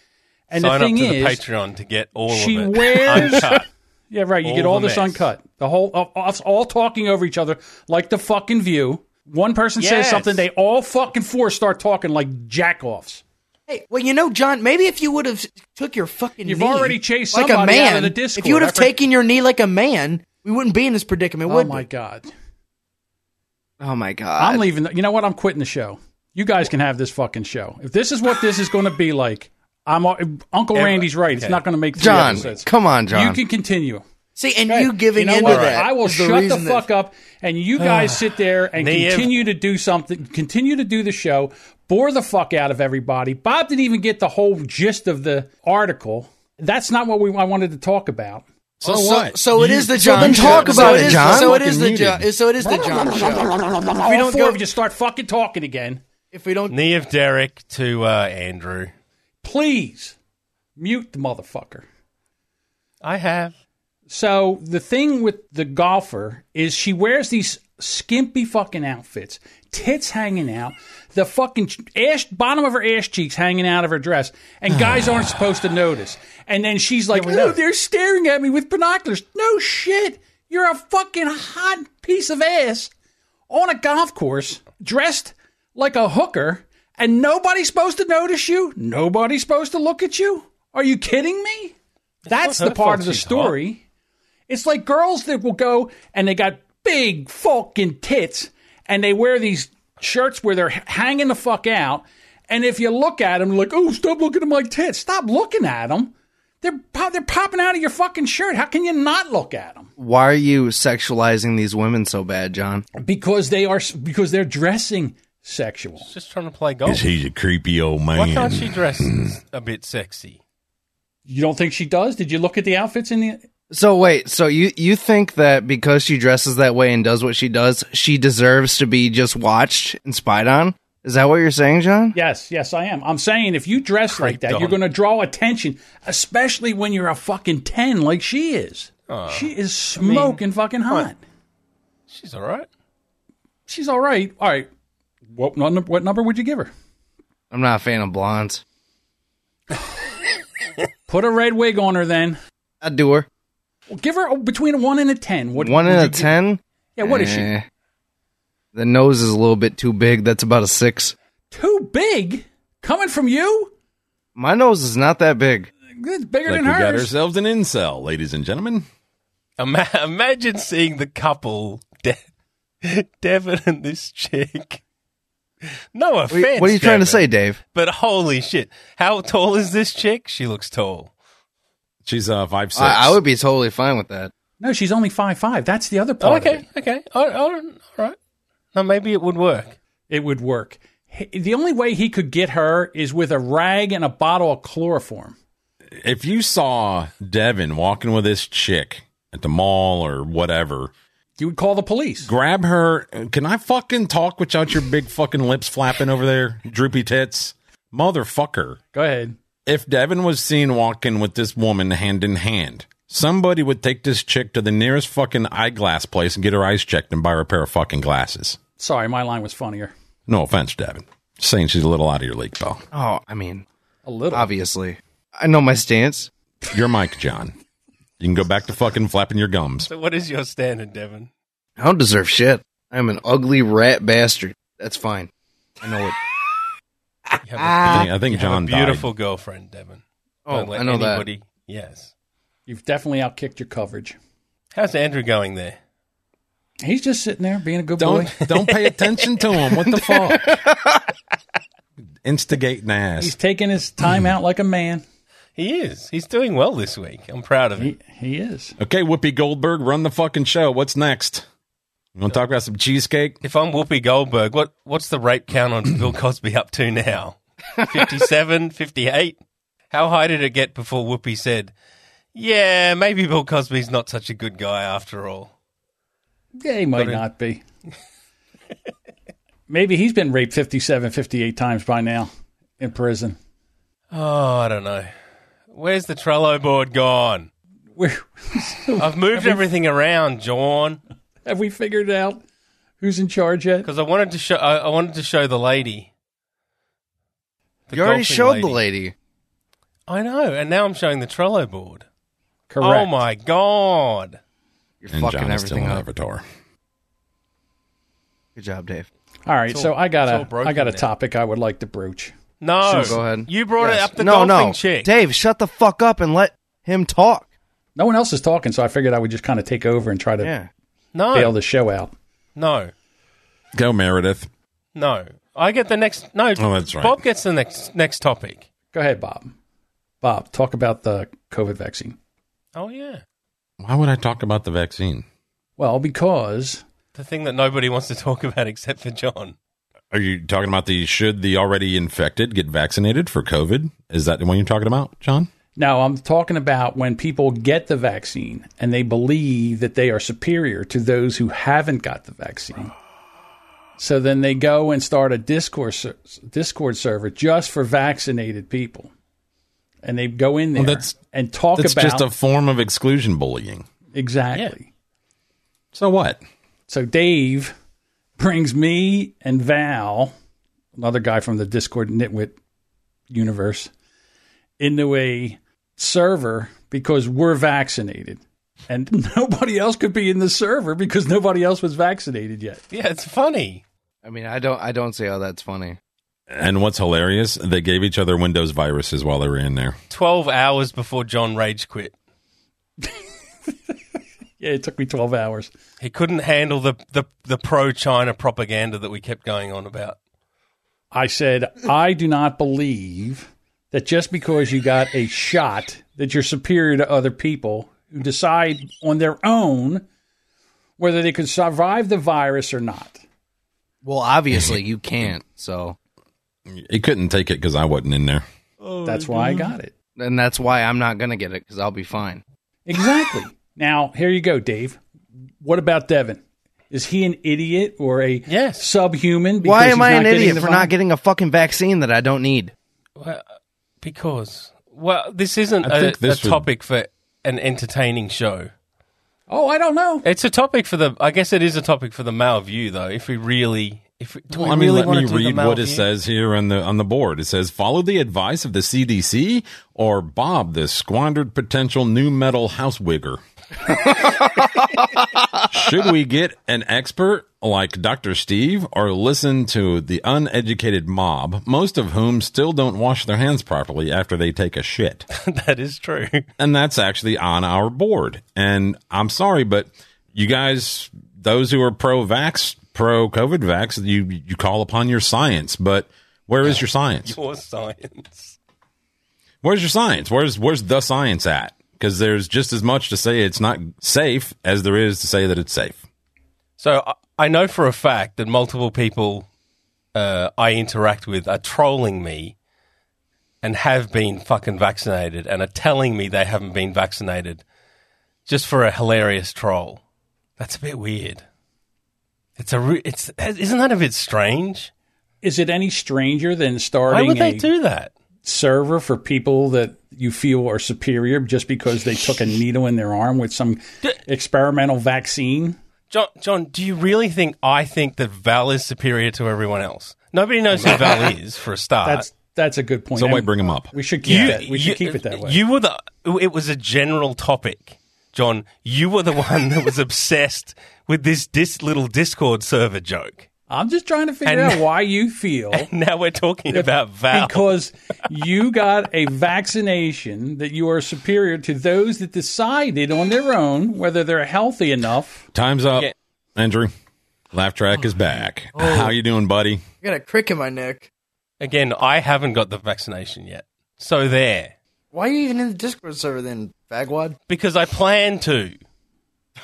Speaker 6: and
Speaker 4: Sign
Speaker 6: the thing
Speaker 4: up to
Speaker 6: is,
Speaker 4: the Patreon to get all
Speaker 6: she
Speaker 4: of it.
Speaker 6: wears-
Speaker 4: Uncut.
Speaker 6: yeah, right. You
Speaker 4: all
Speaker 6: get all
Speaker 4: the
Speaker 6: this
Speaker 4: mess.
Speaker 6: uncut. The whole of us all talking over each other like the fucking view. One person says
Speaker 4: Yes.
Speaker 6: something, they all fucking four start talking like jackoffs.
Speaker 2: Hey, well, you know, John, maybe if you would have took your fucking
Speaker 6: You've
Speaker 2: knee
Speaker 6: already chased
Speaker 2: like a
Speaker 6: somebody
Speaker 2: man,
Speaker 6: out of the
Speaker 2: if you would
Speaker 6: Discord. I
Speaker 2: have
Speaker 6: for-
Speaker 2: taken your knee like a man, we wouldn't be in this predicament,
Speaker 6: Oh
Speaker 2: would
Speaker 6: my
Speaker 2: we?
Speaker 6: god!
Speaker 5: Oh my god!
Speaker 6: I'm leaving. The, you know what? I'm quitting the show. You guys can have this fucking show. If this is what this is going to be like, I'm Uncle
Speaker 4: Yeah,
Speaker 6: Randy's right. It's
Speaker 4: okay.
Speaker 6: not going to make three
Speaker 5: John,
Speaker 6: episodes.
Speaker 5: come on, John.
Speaker 6: You can continue.
Speaker 2: See, and
Speaker 6: Okay.
Speaker 2: you giving
Speaker 6: You know
Speaker 2: into
Speaker 6: what?
Speaker 2: that.
Speaker 6: I will
Speaker 2: is the
Speaker 6: shut the
Speaker 2: reason that-
Speaker 6: fuck up, and you guys sit there and
Speaker 4: Naive.
Speaker 6: continue to do something. Continue to do the show. Bore the fuck out of everybody. Bob didn't even get the whole gist of the article. That's not what we I wanted to talk about.
Speaker 1: So,
Speaker 2: So,
Speaker 1: what?
Speaker 2: so it is the John.
Speaker 5: then
Speaker 2: show.
Speaker 5: talk
Speaker 2: So
Speaker 5: about it,
Speaker 2: is-
Speaker 5: John.
Speaker 2: So it is the
Speaker 1: Fucking
Speaker 2: John. So it is the John show.
Speaker 6: If we
Speaker 2: don't
Speaker 6: don't four
Speaker 2: go-
Speaker 6: of you start fucking talking again,
Speaker 2: If we don't,
Speaker 4: Knee of Derek to uh, Andrew.
Speaker 6: please mute the motherfucker.
Speaker 4: I have.
Speaker 6: So the thing with the golfer is she wears these skimpy fucking outfits, tits hanging out, the fucking ch- ash bottom of her ass cheeks hanging out of her dress, and guys aren't supposed to notice. And then she's like, "Oh, they're staring at me with binoculars." No shit, you're a fucking hot piece of ass on a golf course, dressed like a hooker, and nobody's supposed to notice you. Nobody's supposed to look at you. Are you kidding me? That's
Speaker 4: not
Speaker 6: the
Speaker 4: her
Speaker 6: part
Speaker 4: fault
Speaker 6: of the
Speaker 4: she's hot.
Speaker 6: story. It's like girls that will go and they got big fucking tits and they wear these shirts where they're h- hanging the fuck out. And if you look at them, like, oh, stop looking at my tits. Stop looking at them. They're pop, they're popping out of your fucking shirt. How can you not look at them?
Speaker 5: Why are you sexualizing these women so bad, John?
Speaker 6: Because they are because they're dressing sexual.
Speaker 4: Just trying to play golf.
Speaker 1: Because he's a creepy old man.
Speaker 4: Why can't she dress a bit sexy?
Speaker 6: You don't think she does? Did you look at the outfits in the?
Speaker 5: So wait, so you you think that because she dresses that way and does what she does, she deserves to be just watched and spied on? Is that what you're saying, John?
Speaker 6: Yes, yes, I am. I'm saying if you dress like that,
Speaker 4: Creeped
Speaker 6: you're
Speaker 4: on.
Speaker 6: going to draw attention, especially when you're a fucking ten like she is. she is smoking fucking hot.
Speaker 4: She's all right.
Speaker 6: She's all right. All right. What, num- what number would you give her?
Speaker 5: I'm not a fan of blondes.
Speaker 6: Put a red wig on her then.
Speaker 5: I'd do her.
Speaker 6: Well, give her a, between a 1 and a 10. What,
Speaker 5: One
Speaker 6: would
Speaker 5: in
Speaker 6: you
Speaker 5: a
Speaker 6: give-
Speaker 5: ten.
Speaker 6: Yeah, what is she?
Speaker 5: Eh. The nose is a little bit too big. That's about a six.
Speaker 6: Too big? Coming from you?
Speaker 5: My nose is not that big.
Speaker 6: It's bigger
Speaker 1: Like we
Speaker 6: than hers.
Speaker 1: got ourselves an incel, ladies and gentlemen.
Speaker 4: Ima- imagine seeing the couple, De- Devin and this chick. No
Speaker 5: What,
Speaker 4: offense.
Speaker 5: what are you trying
Speaker 4: Devin,
Speaker 5: to say, Dave?
Speaker 4: But holy shit, how tall is this chick? She looks tall.
Speaker 1: She's uh five six.
Speaker 5: I, I would be totally fine with that.
Speaker 6: No, she's only Five, five. That's the other part. Of
Speaker 4: okay,
Speaker 6: it.
Speaker 4: okay, all, all, all right. Now maybe it would work.
Speaker 6: it would work. He- The only way he could get her is with a rag and a bottle of chloroform.
Speaker 1: if you saw Devin walking with this chick at the mall or whatever,
Speaker 6: You would call the police.
Speaker 1: grab her. Can I fucking talk without your big fucking lips flapping over there, droopy tits, motherfucker?
Speaker 6: Go ahead.
Speaker 1: If Devin was seen walking with this woman hand in hand, somebody would take this chick to the nearest fucking eyeglass place and get her eyes checked and buy her a pair of fucking glasses.
Speaker 6: Sorry, my line was funnier.
Speaker 1: No offense, Devin. Just saying she's a little out of your league, pal.
Speaker 5: Oh, I mean,
Speaker 6: A little.
Speaker 5: obviously, I know my stance.
Speaker 1: Your mic, John. You can go back to fucking flapping your gums.
Speaker 4: So what is your standard, Devin?
Speaker 5: I don't deserve shit. I'm an ugly rat bastard. That's fine. I know it.
Speaker 4: You have a,
Speaker 1: I think, I think
Speaker 4: you have a
Speaker 1: John died.
Speaker 4: beautiful girlfriend, Devin.
Speaker 5: Ah. Oh,
Speaker 4: Don't let
Speaker 5: I know that.
Speaker 4: anybody- Yes.
Speaker 6: You've definitely outkicked your coverage.
Speaker 4: How's Andrew going there?
Speaker 6: He's just sitting there being a good boy.
Speaker 1: Don't don't pay attention to him. What the fuck? Instigating
Speaker 6: He's
Speaker 1: ass.
Speaker 6: taking his time out like a man.
Speaker 4: He is. He's doing well this week. I'm proud of him.
Speaker 6: He, he is.
Speaker 1: Okay, Whoopi Goldberg, run the fucking show. What's next? You want to talk about some cheesecake?
Speaker 4: If I'm Whoopi Goldberg, what what's the rape count on Bill Cosby up to now? 57, 58? How high did it get before Whoopi said, "Yeah, maybe Bill Cosby's not such a good guy after all."
Speaker 6: Yeah, he might not be. Maybe he's been raped 57, 58 times by now in prison.
Speaker 4: Oh, I don't know. Where's the Trello board gone?
Speaker 6: Where,
Speaker 4: I've moved everything around, John,
Speaker 6: have we figured out who's in charge yet?
Speaker 4: because I wanted to show. I, I wanted to show the lady. The
Speaker 5: You already
Speaker 4: golfing
Speaker 5: showed the lady.
Speaker 4: I know, and now I'm showing the Trello board.
Speaker 6: Correct.
Speaker 4: Oh my god!
Speaker 5: You're
Speaker 1: And
Speaker 5: fucking
Speaker 1: John is still
Speaker 5: everything
Speaker 1: on
Speaker 5: up.
Speaker 1: Avatar.
Speaker 5: Good job, Dave.
Speaker 6: All right,
Speaker 4: It's
Speaker 6: so
Speaker 4: all-
Speaker 6: I got
Speaker 4: it's all
Speaker 6: a
Speaker 4: broken
Speaker 6: I got a
Speaker 4: now.
Speaker 6: topic I would like to broach.
Speaker 4: No,
Speaker 5: Sure, go ahead.
Speaker 4: You brought it up the
Speaker 5: no,
Speaker 4: golfing
Speaker 5: no,
Speaker 4: chick.
Speaker 5: Dave, shut the fuck up and let him talk.
Speaker 6: No one else is talking, so I figured I would just kind of take over and try to
Speaker 5: Yeah.
Speaker 4: no,
Speaker 6: bail the show out.
Speaker 4: no,
Speaker 1: Go Meredith.
Speaker 4: no. I get the next. No,
Speaker 1: Oh, that's right.
Speaker 4: Bob gets the next next topic.
Speaker 6: Go ahead, Bob. Bob, talk about the COVID vaccine.
Speaker 4: Oh yeah,
Speaker 1: Why would I talk about the vaccine?
Speaker 6: Well, because
Speaker 4: the thing that nobody wants to talk about except for John.
Speaker 1: Are you talking about the should the already infected get vaccinated for COVID? Is that the one you're talking about, John?
Speaker 6: now I'm talking about when people get the vaccine and they believe that they are superior to those who haven't got the vaccine. So then they go and start a Discord ser- Discord server just for vaccinated people, and they go in there
Speaker 1: Well, that's-
Speaker 6: and talk
Speaker 1: It's
Speaker 6: about
Speaker 1: just a form of exclusion bullying.
Speaker 6: exactly.
Speaker 1: So what?
Speaker 6: So Dave brings me and Val, another guy from the Discord Nitwit universe, into a server because we're vaccinated. And nobody else could be in the server because nobody else was vaccinated yet.
Speaker 4: Yeah, it's funny.
Speaker 5: I mean, I don't I don't see how that's funny.
Speaker 1: And what's hilarious? They gave each other Windows viruses while they were in there.
Speaker 4: Twelve hours before John rage quit,
Speaker 6: Yeah, it took me 12 hours.
Speaker 4: he couldn't handle the the, the pro China propaganda that we kept going on about.
Speaker 6: I said, I do not believe that just because you got a shot that you're superior to other people who decide on their own whether they could survive the virus or not.
Speaker 5: Well, obviously you can't. So,
Speaker 1: He couldn't take it because I wasn't in there.
Speaker 6: That's why I got it.
Speaker 5: and that's why I'm not gonna get it because I'll be fine.
Speaker 6: Exactly. now, here you go, Dave. What about Devin? Is he an idiot or a
Speaker 4: Yes.
Speaker 6: subhuman? because
Speaker 5: Why
Speaker 6: he's
Speaker 5: am I
Speaker 6: not
Speaker 5: an
Speaker 6: getting
Speaker 5: idiot
Speaker 6: the
Speaker 5: for not
Speaker 6: vi-
Speaker 5: getting a fucking vaccine that I don't need?
Speaker 4: Because well, this isn't
Speaker 1: I
Speaker 4: a,
Speaker 1: think this
Speaker 4: a
Speaker 1: would-
Speaker 4: topic for an entertaining show.
Speaker 6: Oh, I don't know.
Speaker 4: It's a topic for the. I guess it is a topic for the male view, though. If we really, if we, do
Speaker 1: Well,
Speaker 4: we
Speaker 1: I mean,
Speaker 4: really
Speaker 1: let
Speaker 4: want
Speaker 1: me
Speaker 4: to do the
Speaker 1: read
Speaker 4: male
Speaker 1: what it
Speaker 4: view?
Speaker 1: says here on the on the board. It says, "Follow the advice of the CDC, or Bob, the squandered potential new metal house wigger." Should we get an expert like Dr. Steve, or listen to the uneducated mob, most of whom still don't wash their hands properly after they take a shit?
Speaker 4: that is true.
Speaker 1: and that's actually on our board. And I'm sorry, but you guys, those who are pro-vax, pro-COVID vax, you you call upon your science, but where is your science?
Speaker 4: Your science.
Speaker 1: Where's your science? Where's where's the science at? Because there's just as much to say it's not safe as there is to say that it's safe.
Speaker 4: So I, I know for a fact that multiple people uh, I interact with are trolling me and have been fucking vaccinated and are telling me they haven't been vaccinated just for a hilarious troll. That's a bit weird. It's a re- it's isn't that a bit strange?
Speaker 6: Is it any stranger than
Speaker 4: Why
Speaker 6: starting
Speaker 4: would they
Speaker 6: a
Speaker 4: do that?
Speaker 6: server for people that you feel are superior just because they took a needle in their arm with some experimental vaccine?
Speaker 4: John, John, do you really think I think that Val is superior to everyone else? Nobody knows who Val is for a start.
Speaker 6: That's that's a good point.
Speaker 1: So why
Speaker 6: And
Speaker 1: bring them up?
Speaker 6: We should keep
Speaker 4: Uh, You-
Speaker 6: that. We should
Speaker 4: you-
Speaker 6: keep it that way.
Speaker 4: You were the. It was a general topic, John. You were the one that was obsessed with this dis, little Discord server joke.
Speaker 6: I'm just trying to figure
Speaker 4: And-
Speaker 6: out why you feel
Speaker 4: Now we're talking about Val.
Speaker 6: because you got a vaccination that you are superior to those that decided on their own whether they're healthy enough.
Speaker 1: Time's up,
Speaker 4: Yeah.
Speaker 1: Andrew. Laugh track is back.
Speaker 5: Oh.
Speaker 1: How you doing, buddy?
Speaker 2: I got a crick in my neck.
Speaker 4: Again, I haven't got the vaccination yet, so there.
Speaker 2: Why are you even in the Discord server then, fagwad?
Speaker 4: Because I plan to.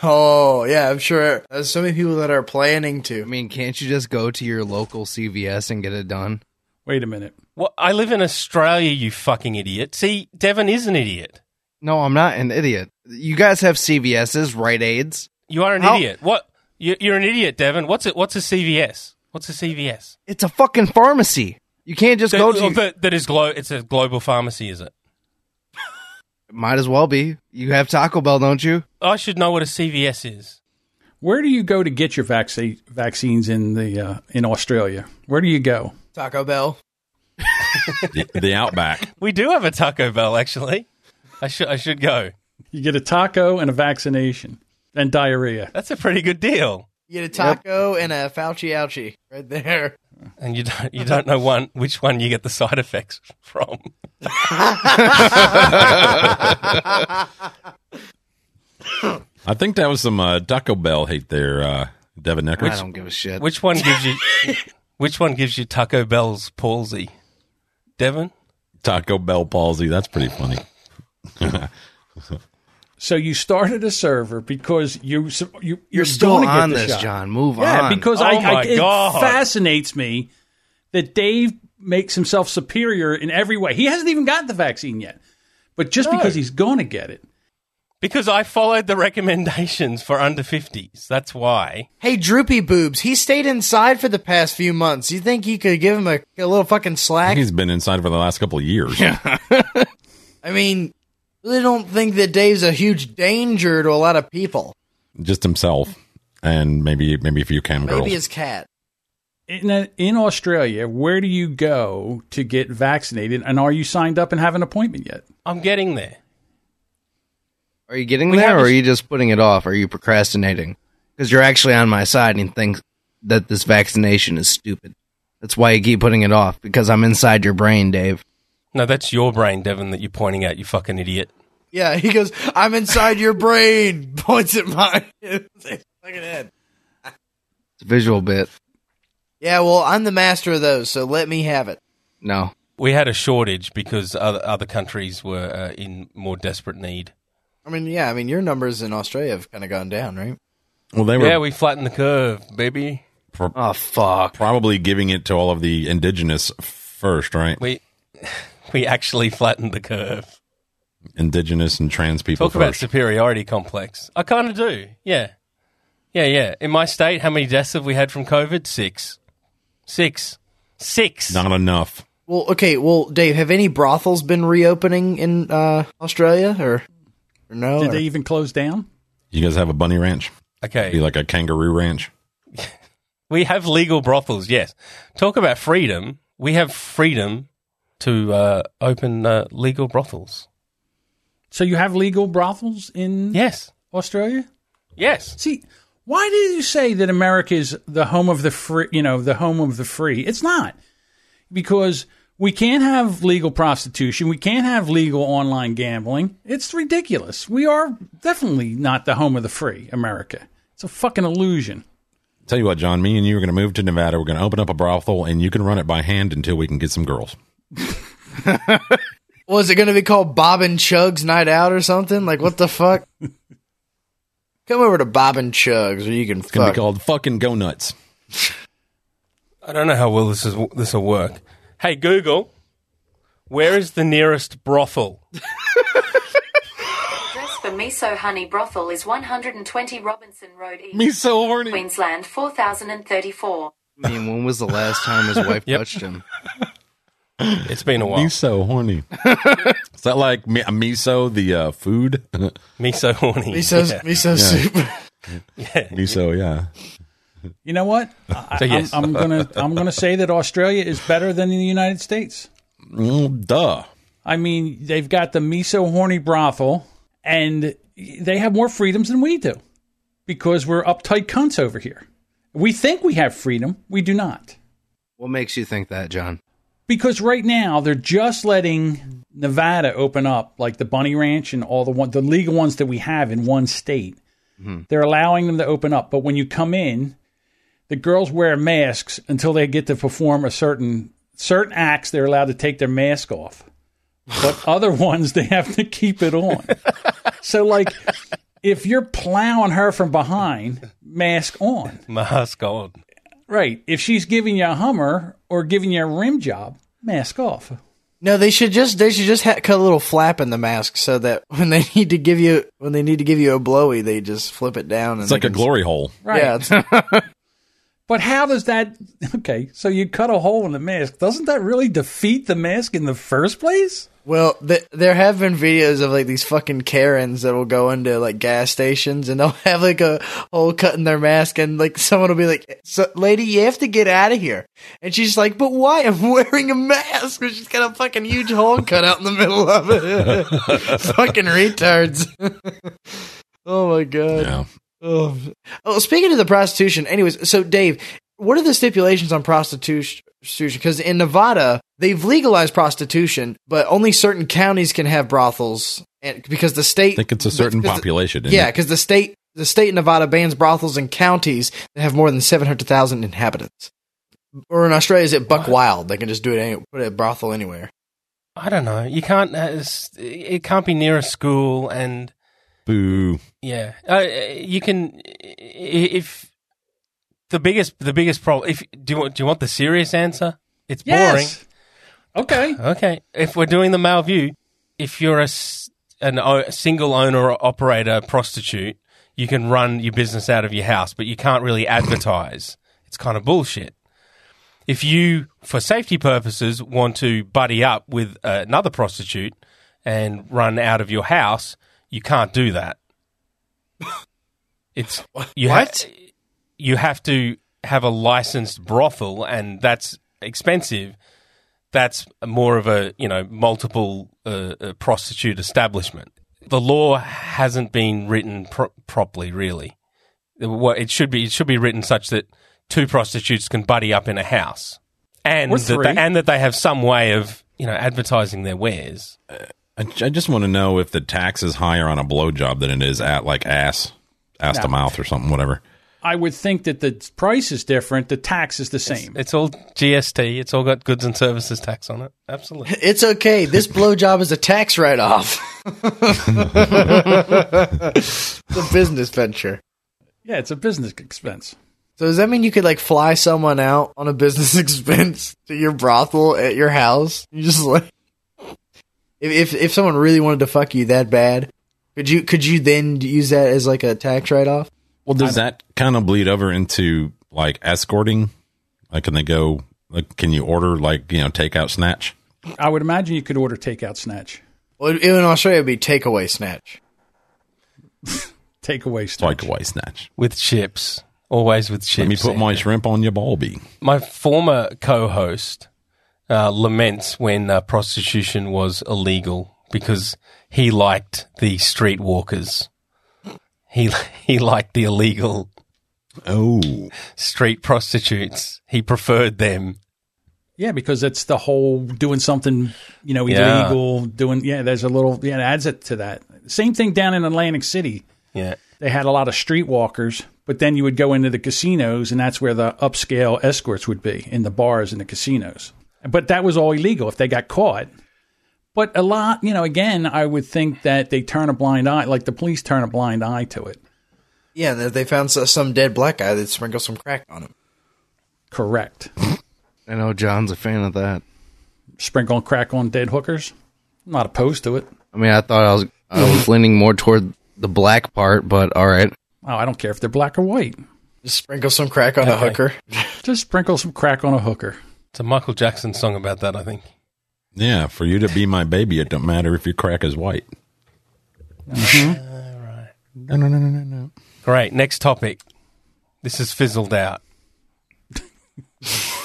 Speaker 2: Oh yeah, I'm sure there's so many people that are planning
Speaker 5: I
Speaker 2: to.
Speaker 5: mean, can't you just go to your local CVS and get it done?
Speaker 6: Wait a minute.
Speaker 4: Well, I live in Australia, you fucking idiot. See, Devon is an idiot.
Speaker 5: No, I'm not an idiot. You guys have CVS's, Rite Aids.
Speaker 4: You are an
Speaker 5: How-
Speaker 4: idiot. What? You- You're an idiot, Devon. What's it? What's a CVS? What's a CVS?
Speaker 5: It's a fucking pharmacy. You can't just go
Speaker 4: That-
Speaker 5: to.
Speaker 4: that- that is glo- It's a global pharmacy, is it?
Speaker 5: Might as well be. You have Taco Bell, don't you?
Speaker 4: I should know what a CVS is.
Speaker 6: Where do you go to get your vaccine vaccines in the uh, in Australia? Where do you go?
Speaker 2: Taco Bell.
Speaker 1: The, the Outback.
Speaker 4: We do have a Taco Bell, actually. I should I should go.
Speaker 6: You get a taco and a vaccination and diarrhea.
Speaker 4: That's a pretty good deal.
Speaker 2: You get a taco and a Fauci ouchie right there.
Speaker 4: And you don't you don't know one which one you get the side effects from.
Speaker 1: I think that was some uh, Taco Bell hate there, uh, Devin Necker.
Speaker 5: I don't give a shit.
Speaker 4: Which one gives you which one gives you Taco Bell's palsy? Devon?
Speaker 1: Taco Bell palsy. That's pretty funny.
Speaker 6: So you started a server because you you you're,
Speaker 5: You're still
Speaker 6: gonna get
Speaker 5: on
Speaker 6: the
Speaker 5: this,
Speaker 6: shot.
Speaker 5: John. Move
Speaker 6: Yeah,
Speaker 5: on.
Speaker 6: because
Speaker 4: Oh
Speaker 6: I, I
Speaker 4: my
Speaker 6: it
Speaker 4: God.
Speaker 6: fascinates me that Dave makes himself superior in every way. He hasn't even gotten the vaccine yet, but just because he's going to get it.
Speaker 4: Because I followed the recommendations for under 50s. That's why.
Speaker 2: Hey, Droopy Boobs, he stayed inside for the past few months. You think you could give him a, a little fucking
Speaker 1: I
Speaker 2: slack?
Speaker 1: think he's been inside for the last couple of years.
Speaker 2: I mean, really don't think that Dave's a huge danger to a lot of people.
Speaker 1: Just himself and maybe maybe a few cam girls.
Speaker 2: Maybe his cat.
Speaker 6: In, in Australia, where do you go to get vaccinated, and are you signed up and have an appointment yet?
Speaker 4: I'm getting there.
Speaker 5: are you getting
Speaker 4: We
Speaker 5: there,
Speaker 4: have
Speaker 5: or
Speaker 4: to-
Speaker 5: are you just putting it off? Are you procrastinating? Because you're actually on my side and think that this vaccination is stupid. That's why you keep putting it off. Because I'm inside your brain, Dave.
Speaker 4: No, that's your brain, Devon, that you're pointing at, you fucking idiot.
Speaker 2: Yeah, he goes, I'm inside your brain. Points at mine. Fucking head.
Speaker 5: It's a visual bit.
Speaker 2: Yeah, well, I'm the master of those, so let me have it.
Speaker 5: No.
Speaker 4: we had a shortage because other other countries were uh, in more desperate need.
Speaker 2: I mean, yeah, I mean, your numbers in Australia have kind of gone down, right?
Speaker 1: Well, they were
Speaker 4: Yeah, we flattened the curve, baby.
Speaker 5: Oh fuck!
Speaker 1: probably giving it to all of the indigenous first, right?
Speaker 4: We we actually flattened the curve.
Speaker 1: Indigenous and trans people
Speaker 4: Talk about
Speaker 1: first.
Speaker 4: superiority complex. I kind of do. Yeah, yeah, yeah. In my state, how many deaths have we had from COVID? Six, six, six.
Speaker 1: Not enough.
Speaker 2: Well, okay. Well, Dave, have any brothels been reopening in uh, Australia or, or no?
Speaker 6: Did
Speaker 2: or-
Speaker 6: they even close down?
Speaker 1: You guys have a bunny ranch?
Speaker 4: Okay,
Speaker 1: Be like a kangaroo ranch.
Speaker 4: We have legal brothels, yes. Talk about freedom. We have freedom to uh, open uh, legal brothels.
Speaker 6: So you have legal brothels in
Speaker 4: Yes.
Speaker 6: Australia?
Speaker 4: Yes.
Speaker 6: See, why do you say that America is the home of the free? You know, the home of the free. It's not because we can't have legal prostitution. We can't have legal online gambling. It's ridiculous. We are definitely not the home of the free, America. It's a fucking illusion.
Speaker 1: Tell you what, John, me and you are going to move to Nevada. We're going to open up a brothel and you can run it by hand until we can get some girls.
Speaker 2: Was it going to be called Bob and Chug's Night Out or something? Like, what the fuck? Come over to Bob and Chug's where you can
Speaker 1: It's going to
Speaker 2: fuck.
Speaker 1: be called fucking go nuts.
Speaker 4: I don't know how well this is this will work. Hey Google, where is the nearest brothel?
Speaker 9: address for Miso Honey Brothel is 120 Robinson Road East,
Speaker 1: Me so horny.
Speaker 9: Queensland 4034.
Speaker 5: I mean, when was the last time his wife touched him?
Speaker 4: It's been a
Speaker 1: Me
Speaker 4: while.
Speaker 1: so horny. Is that like mi- miso, the uh, food?
Speaker 4: Miso horny.
Speaker 2: Miso, miso soup.
Speaker 1: miso, yeah.
Speaker 6: You know what? I,
Speaker 4: So yes.
Speaker 6: I'm, I'm gonna I'm gonna say that Australia is better than the United States.
Speaker 1: Mm, duh.
Speaker 6: I mean, they've got the miso horny brothel, and they have more freedoms than we do because we're uptight cunts over here. We think we have freedom, we do not.
Speaker 5: What makes you think that, John?
Speaker 6: Because right now they're just letting Nevada open up, like the Bunny Ranch and all the one, the legal ones that we have in one state. They're allowing them to open up, but when you come in, the girls wear masks until they get to perform a certain certain acts. They're allowed to take their mask off, but other ones they have to keep it on. so, like, if you're plowing her from behind, mask on.
Speaker 4: Mask on.
Speaker 6: Right. If she's giving you a hummer or giving you a rim job, mask off.
Speaker 2: No, they should just they should just ha- cut a little flap in the mask so that when they need to give you when they need to give you a blowy, they just flip it down. And
Speaker 1: It's like
Speaker 2: they
Speaker 1: a
Speaker 2: can-
Speaker 1: glory hole.
Speaker 6: Right.
Speaker 2: Yeah, it's-
Speaker 6: But how does that? Okay, so you cut a hole in the mask. Doesn't that really defeat the mask in the first place?
Speaker 2: Well, th- there have been videos of like these fucking Karens that will go into like gas stations and they'll have like a hole cut in their mask and like someone will be like, so, "Lady, you have to get out of here," and she's like, "But why? I'm wearing a mask." She's got a fucking huge hole cut out in the middle of it. fucking retards. oh my god.
Speaker 1: Yeah.
Speaker 2: Oh. oh, speaking of the prostitution, anyways, so Dave, what are the stipulations on prostitution? Because in Nevada, they've legalized prostitution, but only certain counties can have brothels, and because the
Speaker 1: I
Speaker 2: state,
Speaker 1: think it's a certain
Speaker 2: because
Speaker 1: population.
Speaker 2: The,
Speaker 1: isn't
Speaker 2: yeah,
Speaker 1: it?
Speaker 2: because the state, the state in Nevada bans brothels in counties that have more than seven hundred thousand inhabitants. Or in Australia, is it buck wild? They can just do it, any, put a brothel anywhere.
Speaker 4: I don't know. You can't. Uh, it's- it can't be near a school and
Speaker 1: Boo.
Speaker 4: Yeah, uh, you can i- if the biggest the biggest problem. If do you want do you want the serious answer? It's
Speaker 6: Okay.
Speaker 4: boring. Okay, if we're doing the male view, if you're a s- an o- a single owner or operator prostitute, you can run your business out of your house, but you can't really advertise. it's kind of bullshit. If you, for safety purposes, want to buddy up with uh, another prostitute and run out of your house, you can't do that. It's you ha-
Speaker 2: What?
Speaker 4: you have to have a licensed brothel, and that's expensive. That's more of a you know multiple uh, uh, prostitute establishment. The law hasn't been written pro- properly, really. What it should be, it should be written such that two prostitutes can buddy up in a house, and
Speaker 6: Or
Speaker 4: that
Speaker 6: three.
Speaker 4: they, and that they have some way of you know advertising their wares.
Speaker 1: I, I just want to know if the tax is higher on a blowjob than it is at like ass, ass to mouth or something, whatever.
Speaker 6: I would think that the price is different, the tax is the same.
Speaker 4: It's all GST. It's all got goods and services tax on it. Absolutely.
Speaker 2: It's okay. This blowjob is a tax write off. it's a business venture.
Speaker 6: yeah, it's a business expense.
Speaker 2: So does that mean you could like fly someone out on a business expense to your brothel at your house? You just like if if, if someone really wanted to fuck you that bad, could you could you then use that as like a tax write off?
Speaker 1: Well, does that kind of bleed over into like escorting? Like, can they go? Like, can you order like you know takeout snatch?
Speaker 6: I would imagine you could order takeout snatch,
Speaker 2: Well, in Australia, it'd be takeaway snatch.
Speaker 6: takeaway snatch.
Speaker 1: Takeaway snatch.
Speaker 4: With chips. Always with chips.
Speaker 1: Let me put
Speaker 4: in.
Speaker 1: my shrimp on your balby.
Speaker 4: my former co-host uh, laments when uh, prostitution was illegal because he liked the street walkers. He he liked the illegal
Speaker 1: Oh,
Speaker 4: street prostitutes. He preferred them.
Speaker 6: Yeah, because it's the whole doing something, you know,
Speaker 4: Yeah.
Speaker 6: illegal, doing, yeah, there's a little, yeah, it adds it to that. Same thing down in Atlantic City.
Speaker 4: Yeah.
Speaker 6: They had a lot of streetwalkers, but then you would go into the casinos, and that's where the upscale escorts would be in the bars and the casinos. But that was all illegal if they got caught. But a lot, you know, again, I would think that they turn a blind eye, like the police turn a blind eye to it.
Speaker 2: Yeah, and if they found so- some dead black guy, they'd sprinkle some crack on him.
Speaker 6: Correct.
Speaker 5: I know John's a fan of that.
Speaker 6: Sprinkle and crack on dead hookers. I'm not opposed to it.
Speaker 5: I mean, I thought I was I was leaning more toward the black part, but all right.
Speaker 6: Oh, I don't care if they're black or white.
Speaker 2: Just sprinkle some crack on a hooker.
Speaker 6: Just sprinkle some crack on a hooker.
Speaker 4: It's a Michael Jackson song about that, I think.
Speaker 1: yeah. For you to be my baby, it don't matter if your crack is white. No, no, no, no, no, no.
Speaker 4: Great. Next topic. This is fizzled out.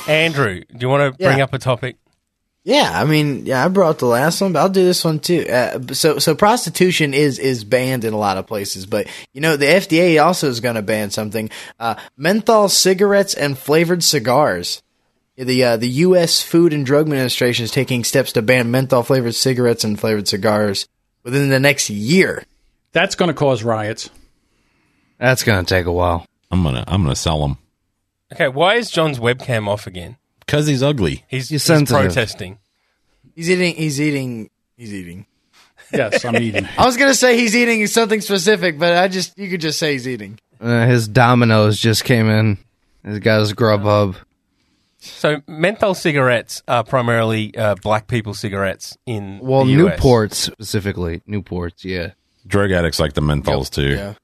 Speaker 4: Andrew, do you want to bring
Speaker 2: Yeah.
Speaker 4: up a topic?
Speaker 2: Yeah, I mean, yeah, I brought the last one, but I'll do this one too. Uh, so, so prostitution is is banned in a lot of places, but you know, the FDA also is going to ban something: uh, menthol cigarettes and flavored cigars. The uh, the U.S. Food and Drug Administration is taking steps to ban menthol flavored cigarettes and flavored cigars within the next year.
Speaker 6: That's going to cause riots.
Speaker 5: That's gonna take a while.
Speaker 1: I'm gonna, I'm gonna sell him
Speaker 4: Okay, why is John's webcam off again?
Speaker 1: because he's ugly.
Speaker 4: He's,
Speaker 5: He's
Speaker 4: he's,
Speaker 5: sensitive.
Speaker 4: protesting.
Speaker 2: He's eating. He's eating. He's eating.
Speaker 6: Yes, I'm eating.
Speaker 2: I was gonna say he's eating something specific, but I just you could just say he's eating.
Speaker 5: Uh, his Dominoes just came in. He's got his Grubhub.
Speaker 4: So menthol cigarettes are primarily uh, black people cigarettes in
Speaker 5: Well,
Speaker 4: the US.
Speaker 5: Newports specifically. Newports, yeah.
Speaker 1: Drug addicts like the menthols too.
Speaker 2: Yeah.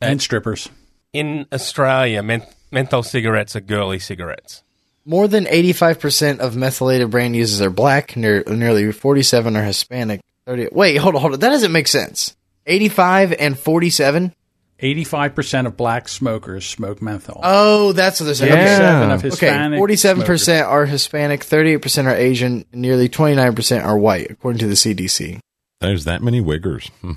Speaker 6: and strippers.
Speaker 4: in Australia. Menth- menthol cigarettes are girly cigarettes.
Speaker 2: More than 85% of methylated brand users are black, near, nearly 47 are Hispanic. 30, wait, hold on, hold on. That doesn't make sense. 85 and 47?
Speaker 6: 85% of black smokers smoke menthol.
Speaker 2: Oh, that's what they're saying. Okay.
Speaker 5: Yeah.
Speaker 6: 47 of
Speaker 2: Okay,
Speaker 6: Hispanic
Speaker 2: 47%
Speaker 6: smokers.
Speaker 2: are Hispanic, 38% are Asian, and nearly 29% are white, according to the CDC.
Speaker 1: There's that many wiggers. Hmm.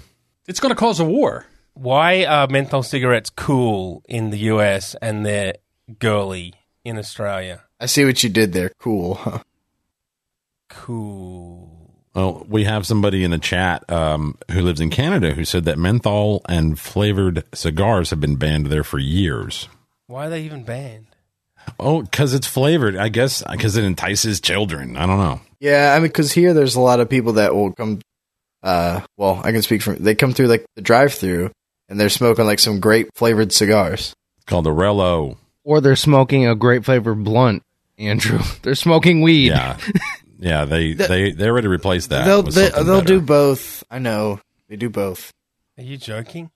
Speaker 6: It's going to cause a war.
Speaker 4: Why are menthol cigarettes cool in the US and they're girly in Australia?
Speaker 2: I see what you did there. Cool. Huh?
Speaker 4: Cool.
Speaker 1: Well, we have somebody in the chat um, who lives in Canada who said that menthol and flavored cigars have been banned there for years.
Speaker 4: Why are they even banned?
Speaker 1: Oh, because it's flavored, I guess, because it entices children. I don't know.
Speaker 2: Yeah, I mean, because here there's a lot of people that will come. Uh, well, I can speak from. They come through like the drive-through, and they're smoking like some grape flavored cigars.
Speaker 1: It's called the Rello.
Speaker 5: Or they're smoking a grape flavored blunt, Andrew. they're smoking weed.
Speaker 1: Yeah, yeah. They they they're ready to replace that.
Speaker 2: they'll
Speaker 1: with
Speaker 2: they,
Speaker 1: something
Speaker 2: they'll do
Speaker 1: better.
Speaker 2: both. I know they do both.
Speaker 4: Are you joking?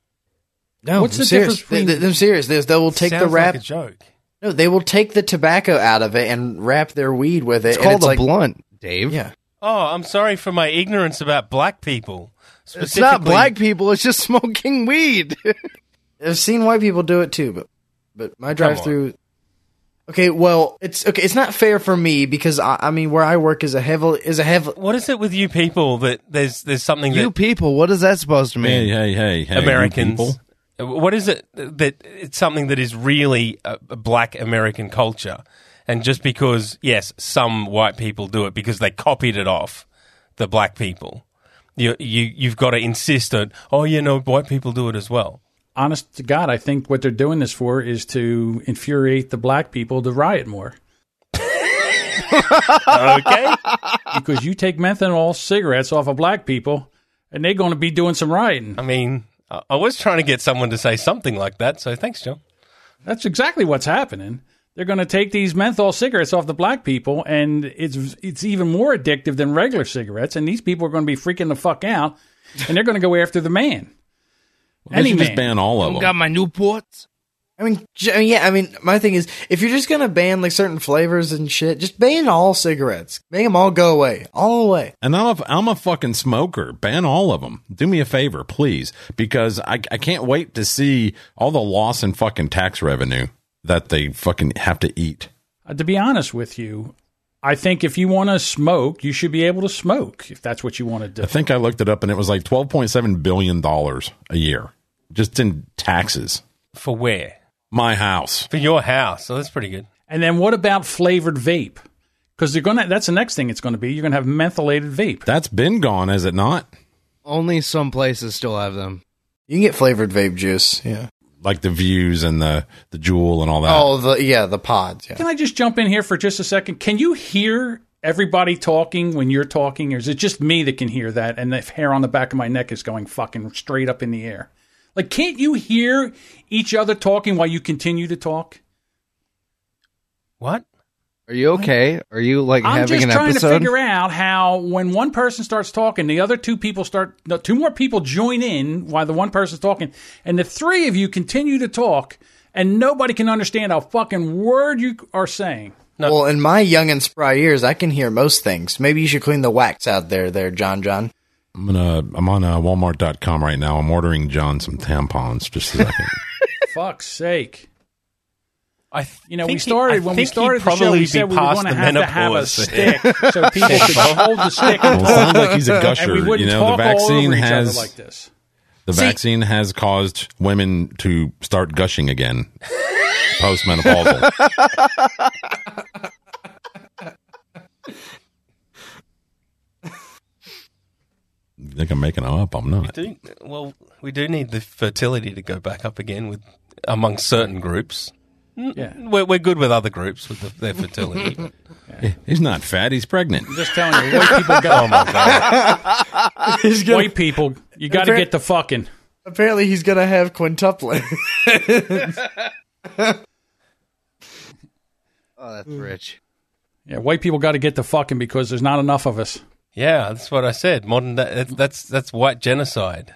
Speaker 2: No,
Speaker 6: What's
Speaker 2: I'm
Speaker 6: the
Speaker 2: serious.
Speaker 6: difference between-
Speaker 2: They, they, I'm serious. They, they will take
Speaker 4: Sounds
Speaker 2: the wrap.
Speaker 4: like a joke.
Speaker 2: no, they will take the tobacco out of it and wrap their weed with it.
Speaker 5: It's
Speaker 2: and
Speaker 5: called a
Speaker 2: like-
Speaker 5: blunt, Dave.
Speaker 2: Yeah,
Speaker 4: Oh, I'm sorry for my ignorance about black people.
Speaker 5: It's not
Speaker 4: Specifically-
Speaker 5: black people, it's just smoking weed.
Speaker 2: I've seen white people do it too, but but my drive-through. Okay, well, it's okay. It's not fair for me because I, I mean, where I work is a heavily is a heavily
Speaker 4: What is it with you people that there's there's something
Speaker 5: you
Speaker 4: that
Speaker 5: people, what is that supposed to mean?
Speaker 1: Hey, hey, hey, hey, you
Speaker 4: Americans.
Speaker 1: people.
Speaker 4: What is it that it's something that is really a, a black American culture? And just because, yes, some white people do it because they copied it off the black people, you, you, you've got to insist on, oh, you know, white people do it as well.
Speaker 6: honest to God, I think what they're doing this for is to infuriate the black people to riot more.
Speaker 4: Okay.
Speaker 6: Because you take methanol cigarettes off of black people, and they're going to be doing some rioting.
Speaker 4: I mean, I I was trying to get someone to say something like that, so thanks, John.
Speaker 6: That's exactly what's happening. They're going to take these menthol cigarettes off the black people, and it's it's even more addictive than regular cigarettes. And these people are going to be freaking the fuck out, and they're going to go after the man.
Speaker 1: They
Speaker 6: Any
Speaker 1: should just
Speaker 6: man.
Speaker 1: ban all of them.
Speaker 5: Got my Newports.
Speaker 2: I mean, j- I mean, yeah. I mean, my thing is, if you're just gonna ban like certain flavors and shit, just ban all cigarettes. Make them all go away, all away.
Speaker 1: And I'm a, I'm a fucking smoker. Ban all of them. Do me a favor, please, because I, I can't wait to see all the loss in fucking tax revenue that they fucking have to eat.
Speaker 6: Uh, to be honest with you, I think if you want to smoke, you should be able to smoke if that's what you want to do.
Speaker 1: I think I looked it up and it was like $12.7 billion a year just in taxes.
Speaker 4: For where?
Speaker 1: My house.
Speaker 4: For your house. So that's pretty good.
Speaker 6: And then what about flavored vape? Because they're going to. That's the next thing it's going to be. You're going to have methylated vape.
Speaker 1: That's been gone, is it not?
Speaker 5: Only some places still have them.
Speaker 2: You can get flavored vape juice. Yeah.
Speaker 1: Like the views and the, the jewel and all that.
Speaker 2: Oh, the yeah, the pods. Yeah.
Speaker 6: Can I just jump in here for just a second? Can you hear everybody talking when you're talking, or is it just me that can hear that? And the hair on the back of my neck is going fucking straight up in the air. Like, can't you hear each other talking while you continue to talk?
Speaker 4: What?
Speaker 5: Are you okay? Are you like
Speaker 6: I'm
Speaker 5: having
Speaker 6: just
Speaker 5: an
Speaker 6: trying to
Speaker 5: episode?
Speaker 6: figure out how when one person starts talking, the other two people start. No, two more people join in while the one person's talking, and the three of you continue to talk, and nobody can understand a fucking word you are saying.
Speaker 2: Well, in my young and spry ears, I can hear most things. Maybe you should clean the wax out there, there, John. John.
Speaker 1: I'm gonna. I'm on uh, Walmart.com right now. I'm ordering John some tampons. Just a second.
Speaker 6: Fuck's sake.
Speaker 4: I th-
Speaker 6: You know, we
Speaker 4: think he-
Speaker 6: started
Speaker 4: I
Speaker 6: when we
Speaker 4: think he'd
Speaker 6: started the
Speaker 4: probably
Speaker 6: show. We
Speaker 4: be
Speaker 6: said we were
Speaker 4: past
Speaker 6: going to
Speaker 4: the
Speaker 6: have to have a
Speaker 4: menopause.
Speaker 6: stick so people could hold the stick.
Speaker 1: well, it sounds like he's a gusher.
Speaker 6: and we
Speaker 1: You
Speaker 6: wouldn't
Speaker 1: know, the
Speaker 6: talk all
Speaker 1: vaccine
Speaker 6: over each
Speaker 1: has
Speaker 6: other like this.
Speaker 1: the vaccine has caused women to start gushing again, postmenopausal. You think I'm making it up? I'm not.
Speaker 4: Do, well, we do need the fertility to go back up again with among certain groups.
Speaker 6: Yeah,
Speaker 4: We're, we're good with other groups with the, their fertility. but-
Speaker 1: He's not fat. He's pregnant.
Speaker 6: I'm just telling you, white people got. White people, you got to
Speaker 2: Appar-
Speaker 6: get the fucking.
Speaker 2: Apparently, he's gonna have quintuplet.
Speaker 5: oh, that's rich.
Speaker 6: Yeah, white people got to get the fucking because there's not enough of us.
Speaker 4: yeah, that's what I said. Modern that, that's- that's that's white genocide.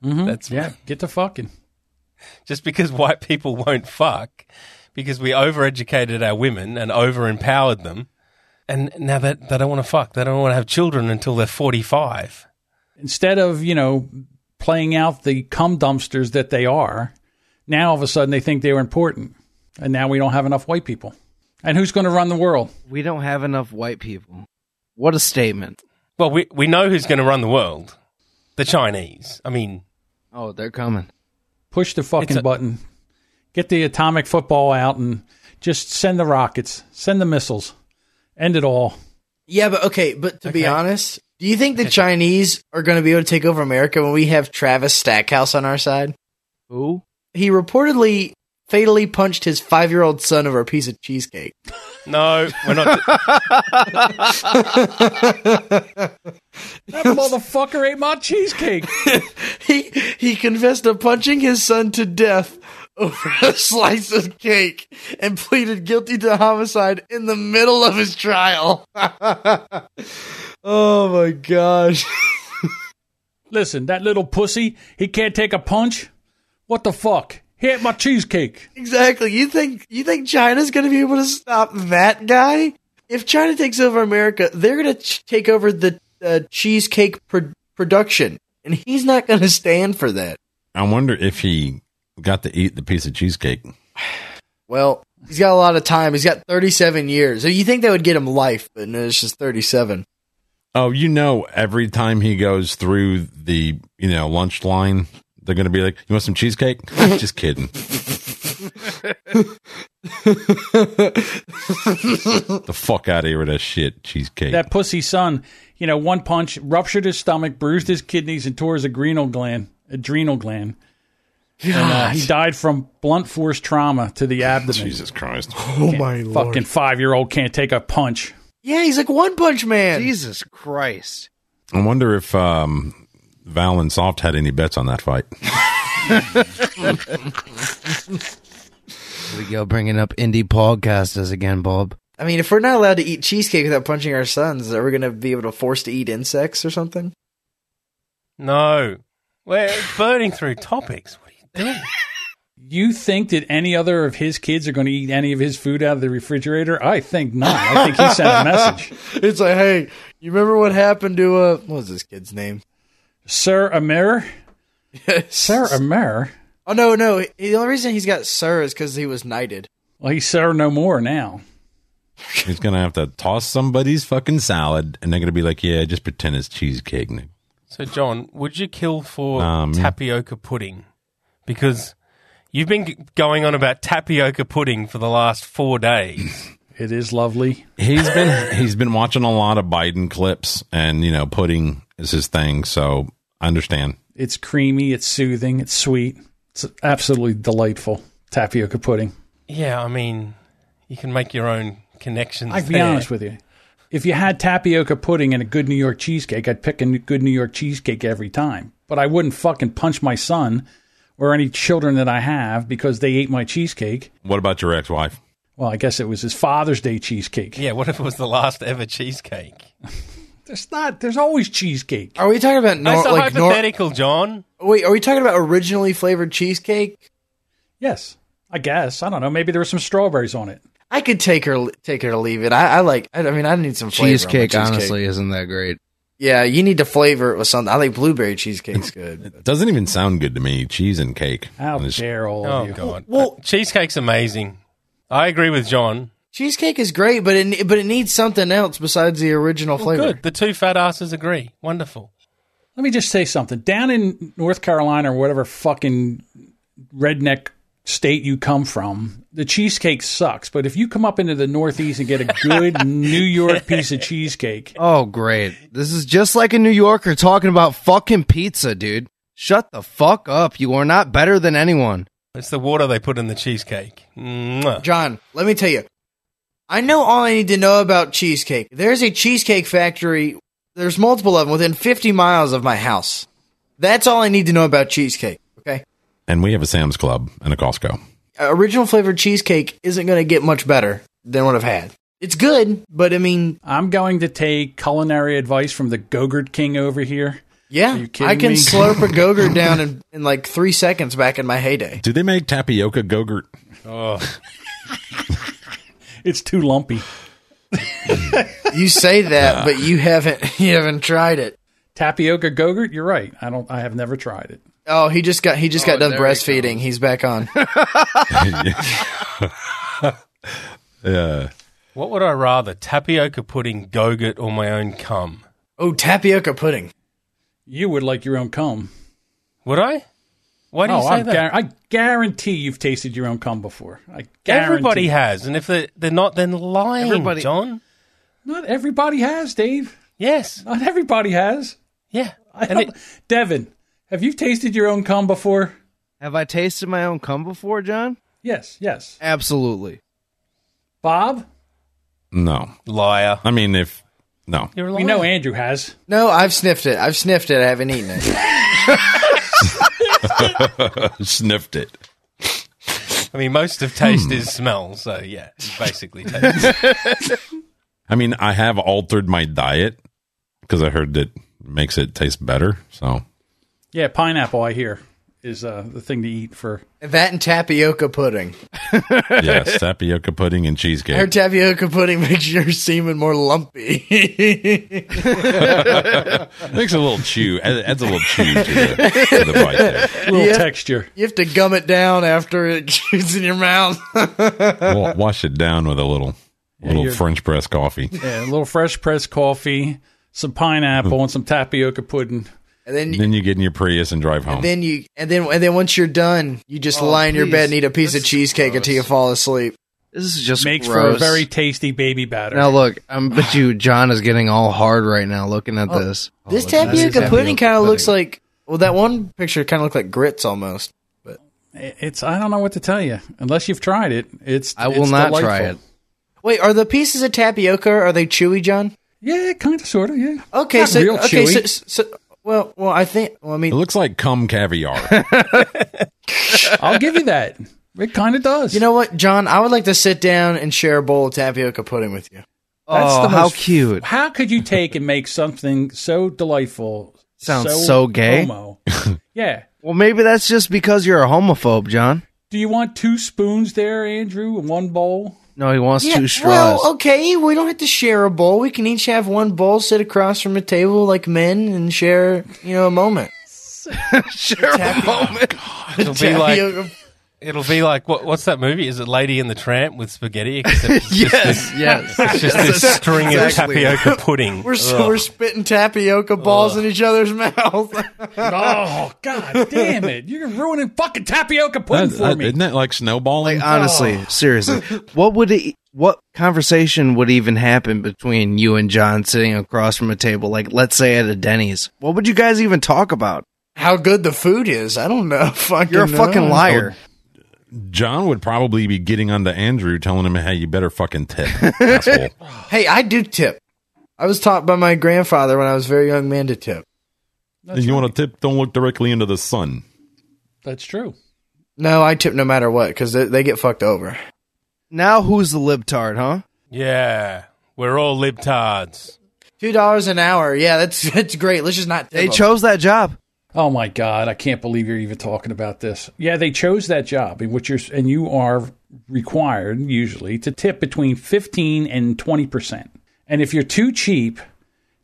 Speaker 4: That's
Speaker 6: Yeah, get the fucking.
Speaker 4: just because white people won't fuck because we overeducated our women and overempowered them. And now that they don't want to fuck, they don't want to have children until they're 45.
Speaker 6: Instead of you know playing out the cum dumpsters that they are, now all of a sudden they think they were important, and now we don't have enough white people. And who's going to run the world?
Speaker 5: We don't have enough white people. What a statement.
Speaker 4: Well, we, we know who's going to run the world the Chinese. I mean,
Speaker 5: Oh, they're coming.
Speaker 6: Push the fucking
Speaker 4: It's a-
Speaker 6: button. Get the atomic football out and just send the rockets, send the missiles, end it all.
Speaker 2: yeah, but okay. But to be honest, do you think the Chinese are gonna be able to take over America when we have Travis Stackhouse on our side?
Speaker 5: Who?
Speaker 2: He reportedly fatally punched his five-year-old son over a piece of cheesecake.
Speaker 4: no, we're not.
Speaker 6: That motherfucker ate my cheesecake.
Speaker 2: He he confessed to punching his son to death over a slice of cake and pleaded guilty to homicide in the middle of his trial. oh my gosh.
Speaker 6: Listen, that little pussy, he can't take a punch. What the fuck? He ate my cheesecake.
Speaker 2: Exactly. You think you think China's going to be able to stop that guy? If China takes over America, they're going to ch- take over the uh, cheesecake pro- production and he's not going to stand for that.
Speaker 1: I wonder if he got to eat the piece of cheesecake.
Speaker 2: Well, he's got a lot of time. He's got 37 years. So you think that would get him life, but no, it's just 37.
Speaker 1: Oh, you know, every time he goes through the you know lunch line, they're gonna be like, "You want some cheesecake?" Just kidding. the fuck out of here with that shit cheesecake.
Speaker 6: That pussy son, you know, one punch ruptured his stomach, bruised his kidneys, and tore his adrenal gland. Adrenal gland. And, uh, he died from blunt force trauma to the abdomen.
Speaker 1: Jesus Christ.
Speaker 2: Oh my
Speaker 6: Fucking five year old can't take a punch.
Speaker 2: Yeah, he's like One Punch Man.
Speaker 5: Jesus Christ.
Speaker 1: I wonder if um, Val and Soft had any bets on that fight.
Speaker 5: Here we go bringing up indie podcasters again, Bob.
Speaker 2: I mean, if we're not allowed to eat cheesecake without punching our sons, are we going to be able to force to eat insects or something?
Speaker 4: No. We're burning through topics. What are you doing?
Speaker 6: You think that any other of his kids are going to eat any of his food out of the refrigerator? I think not. I think he sent a message.
Speaker 2: It's like, hey, you remember what happened to uh, what was this kid's name?
Speaker 6: Sir Amir? Sir Amir?
Speaker 2: Oh no, no. The only reason he's got sir is because he was knighted.
Speaker 6: Well, he's Sir no more now.
Speaker 1: He's going to have to toss somebody's fucking salad, and they're going to be like, yeah, just pretend it's cheesecake. Nick."
Speaker 4: So, John, would you kill for
Speaker 1: Um,
Speaker 4: tapioca pudding? Because you've been g- going on about tapioca pudding for the last four days.
Speaker 6: It is lovely.
Speaker 1: He's been he's been watching a lot of Biden clips, and you know, pudding is his thing. So I understand.
Speaker 6: It's creamy. It's soothing. It's sweet. It's absolutely delightful. Tapioca pudding.
Speaker 4: yeah, I mean, you can make your own connections.
Speaker 6: I can be
Speaker 4: there.
Speaker 6: honest with you. If you had tapioca pudding and a good New York cheesecake, I'd pick a new- good New York cheesecake every time. But I wouldn't fucking punch my son or any children that I have because they ate my cheesecake.
Speaker 1: What about your ex-wife?
Speaker 6: Well, I guess it was his Father's Day cheesecake.
Speaker 4: Yeah, what if it was the last ever cheesecake?
Speaker 6: There's not. There's always cheesecake.
Speaker 2: Are we talking about nor-
Speaker 4: That's a
Speaker 2: like nor-
Speaker 4: hypothetical, John.
Speaker 2: Wait, are we talking about originally flavored cheesecake?
Speaker 6: Yes, I guess. I don't know. Maybe there were some strawberries on it.
Speaker 2: I could take her, take her to leave it. I, I like. I, I mean, I need some flavor on my
Speaker 5: Cheesecake,
Speaker 2: cheesecake.
Speaker 5: honestly, isn't that great.
Speaker 2: Yeah, you need to flavor it with something. I think blueberry cheesecake's good.
Speaker 1: It doesn't even sound good to me. Cheese and cake.
Speaker 6: How
Speaker 1: And it's-
Speaker 6: dare all
Speaker 4: Oh
Speaker 6: of you?
Speaker 4: God!
Speaker 2: Well-
Speaker 4: Uh, cheesecake's amazing. I agree with John.
Speaker 2: cheesecake is great, but it but it needs something else besides the
Speaker 6: Oh,
Speaker 2: original
Speaker 4: Well,
Speaker 2: flavor.
Speaker 4: good. The two fat asses agree. Wonderful.
Speaker 6: Let me just say something. Down in North Carolina or whatever fucking redneck state you come from, the cheesecake sucks. But if you come up into the Northeast and get a good New York piece of cheesecake,
Speaker 5: Oh, great. This is just like a New Yorker talking about fucking pizza, dude. Shut the fuck up. You are not better than anyone.
Speaker 4: It's the water they put in the cheesecake. Mwah.
Speaker 2: John, let me tell you. I know all I need to know about cheesecake. There's a cheesecake factory. There's multiple of them within 50 miles of my house. That's all I need to know about cheesecake. Okay.
Speaker 1: And we have a Sam's Club and a Costco.
Speaker 2: Uh, original flavored cheesecake isn't going to get much better than what I've had. It's good, but I mean,
Speaker 6: I'm going to take culinary advice from the Gogurt King over here.
Speaker 2: yeah,
Speaker 6: Are you kidding
Speaker 2: I can
Speaker 6: me?
Speaker 2: slurp a gogurt down in, in like three seconds back in my heyday.
Speaker 1: Do they make tapioca gogurt?
Speaker 6: It's too lumpy.
Speaker 2: You say that, but you haven't you haven't tried it.
Speaker 6: Tapioca Gogurt, you're right. I don't I have never tried it.
Speaker 2: Oh, he just got he just got done breastfeeding. He's back on.
Speaker 1: Yeah.
Speaker 4: What would I rather, tapioca pudding, gogurt, or my own cum?
Speaker 2: oh, tapioca pudding.
Speaker 6: You would like your own cum.
Speaker 4: Would I? Why do you
Speaker 6: Oh,
Speaker 4: say
Speaker 6: I,
Speaker 4: that?
Speaker 6: gar- I guarantee you've tasted your own cum before. I guarantee.
Speaker 4: Everybody has, and if they're, they're not, then lying,
Speaker 5: Everybody-
Speaker 4: John.
Speaker 6: Not everybody has, Dave.
Speaker 4: Yes,
Speaker 6: Not everybody has.
Speaker 4: yeah.
Speaker 6: I
Speaker 4: And
Speaker 6: don't,
Speaker 4: it,
Speaker 6: Devin, have you tasted your own cum before?
Speaker 5: Have I tasted my own cum before, John?
Speaker 6: Yes, yes.
Speaker 5: Absolutely.
Speaker 6: Bob,
Speaker 1: No.
Speaker 4: liar.
Speaker 1: I mean, if no,
Speaker 4: You're a liar.
Speaker 6: we know Andrew has.
Speaker 2: No, I've sniffed it. I've sniffed it. I haven't eaten it.
Speaker 1: sniffed it.
Speaker 4: I mean, most of taste is smell, so yeah, it's basically taste.
Speaker 1: I mean, I have altered my diet because I heard that makes it taste better. So
Speaker 6: Yeah, pineapple. I hear is uh, the thing to eat for.
Speaker 2: That and tapioca pudding.
Speaker 1: yes, tapioca pudding and
Speaker 2: Her
Speaker 1: cheesecake.
Speaker 2: tapioca pudding makes your semen more lumpy.
Speaker 1: makes a little chew. Add- Adds a little chew to the, to the bite. There.
Speaker 6: Little
Speaker 2: Yeah.
Speaker 6: texture.
Speaker 2: you have to gum it down after it shoots in your mouth.
Speaker 1: Wa- wash it down with a little little
Speaker 6: you're-
Speaker 1: French press coffee.
Speaker 6: Yeah, a little fresh pressed coffee, some pineapple, and some tapioca pudding.
Speaker 2: and then
Speaker 1: then you get in your Prius and drive home.
Speaker 2: and then you and then and then once you're done, you just lie in your
Speaker 5: please.
Speaker 2: bed and eat a piece of
Speaker 5: That's
Speaker 2: cheesecake until you
Speaker 5: gross.
Speaker 2: fall asleep.
Speaker 5: This is just
Speaker 6: Makes for a
Speaker 5: gross.
Speaker 6: very tasty baby batter.
Speaker 5: Now look, I'm bet you John is getting all hard right now looking at this.
Speaker 2: this
Speaker 5: Oh, look at
Speaker 2: tapioca
Speaker 5: this
Speaker 2: pudding kind of looks
Speaker 5: pudding.
Speaker 2: like well, that one picture kind of looked like grits almost.
Speaker 6: It's I don't know what to tell you unless you've tried it. It's
Speaker 5: I will
Speaker 6: it's
Speaker 5: not
Speaker 6: delightful.
Speaker 5: try it.
Speaker 2: Wait, are the pieces of tapioca are they chewy, John?
Speaker 6: Yeah, kind of, sort of. Yeah.
Speaker 2: Okay,
Speaker 6: Not
Speaker 2: so
Speaker 6: real
Speaker 2: okay, so,
Speaker 6: chewy.
Speaker 2: so well, well, I think. Well, I
Speaker 1: It
Speaker 2: mean,
Speaker 1: looks like cum caviar.
Speaker 6: I'll give you that. It kind of does.
Speaker 2: you know what, John? I would like to sit down and share a bowl of tapioca pudding with you.
Speaker 5: oh, how cute.
Speaker 6: How could you take and make something so delightful?
Speaker 5: Sounds so gay.
Speaker 6: Homo? yeah.
Speaker 5: Well, maybe that's just because you're a homophobe, John.
Speaker 6: Do you want two spoons there, Andrew, and one bowl?
Speaker 5: No, he wants two straws.
Speaker 2: well, oh, okay, we don't have to share a bowl. We can each have one bowl, sit across from a table like men, and share, you know, a moment.
Speaker 5: Sure, moment.
Speaker 4: It'll be like it'll be like what, what's that movie? Is it Lady and the Tramp with spaghetti? Except it's just
Speaker 5: Yes, yes.
Speaker 4: It's just this string
Speaker 5: exactly.
Speaker 4: of tapioca pudding.
Speaker 2: we're s we're spitting tapioca balls in each other's mouth.
Speaker 6: Oh God, damn it! You're ruining fucking tapioca pudding
Speaker 1: That's-
Speaker 6: for
Speaker 1: that-
Speaker 6: me.
Speaker 1: isn't that like snowballing?
Speaker 5: Like honestly, seriously, what would it, what conversation would even happen between you and John sitting across from a table? Like, let's say at a Denny's, what would you guys even talk about?
Speaker 2: How good the food is, I don't know. Fucking
Speaker 5: You're a
Speaker 2: know.
Speaker 5: fucking Oh. liar.
Speaker 6: uh,
Speaker 1: John would probably be getting onto Andrew, telling him, "Hey, you better fucking tip." asshole."
Speaker 2: Hey, I do tip. I was taught by my grandfather when I was a very young man to tip.
Speaker 1: And you want to tip? Don't look directly into the sun.
Speaker 6: That's true.
Speaker 2: No, I tip no matter what because they, they get fucked over.
Speaker 5: Now who's the libtard, huh?
Speaker 4: Yeah, we're all libtards.
Speaker 2: Two dollars an hour. Yeah, that's that's great. Let's just not. Tip
Speaker 5: They
Speaker 2: them.
Speaker 5: chose that job.
Speaker 6: Oh my God, I can't believe you're even talking about this. Yeah, they chose that job in which you're and you are required usually to tip between fifteen and twenty percent. And if you're too cheap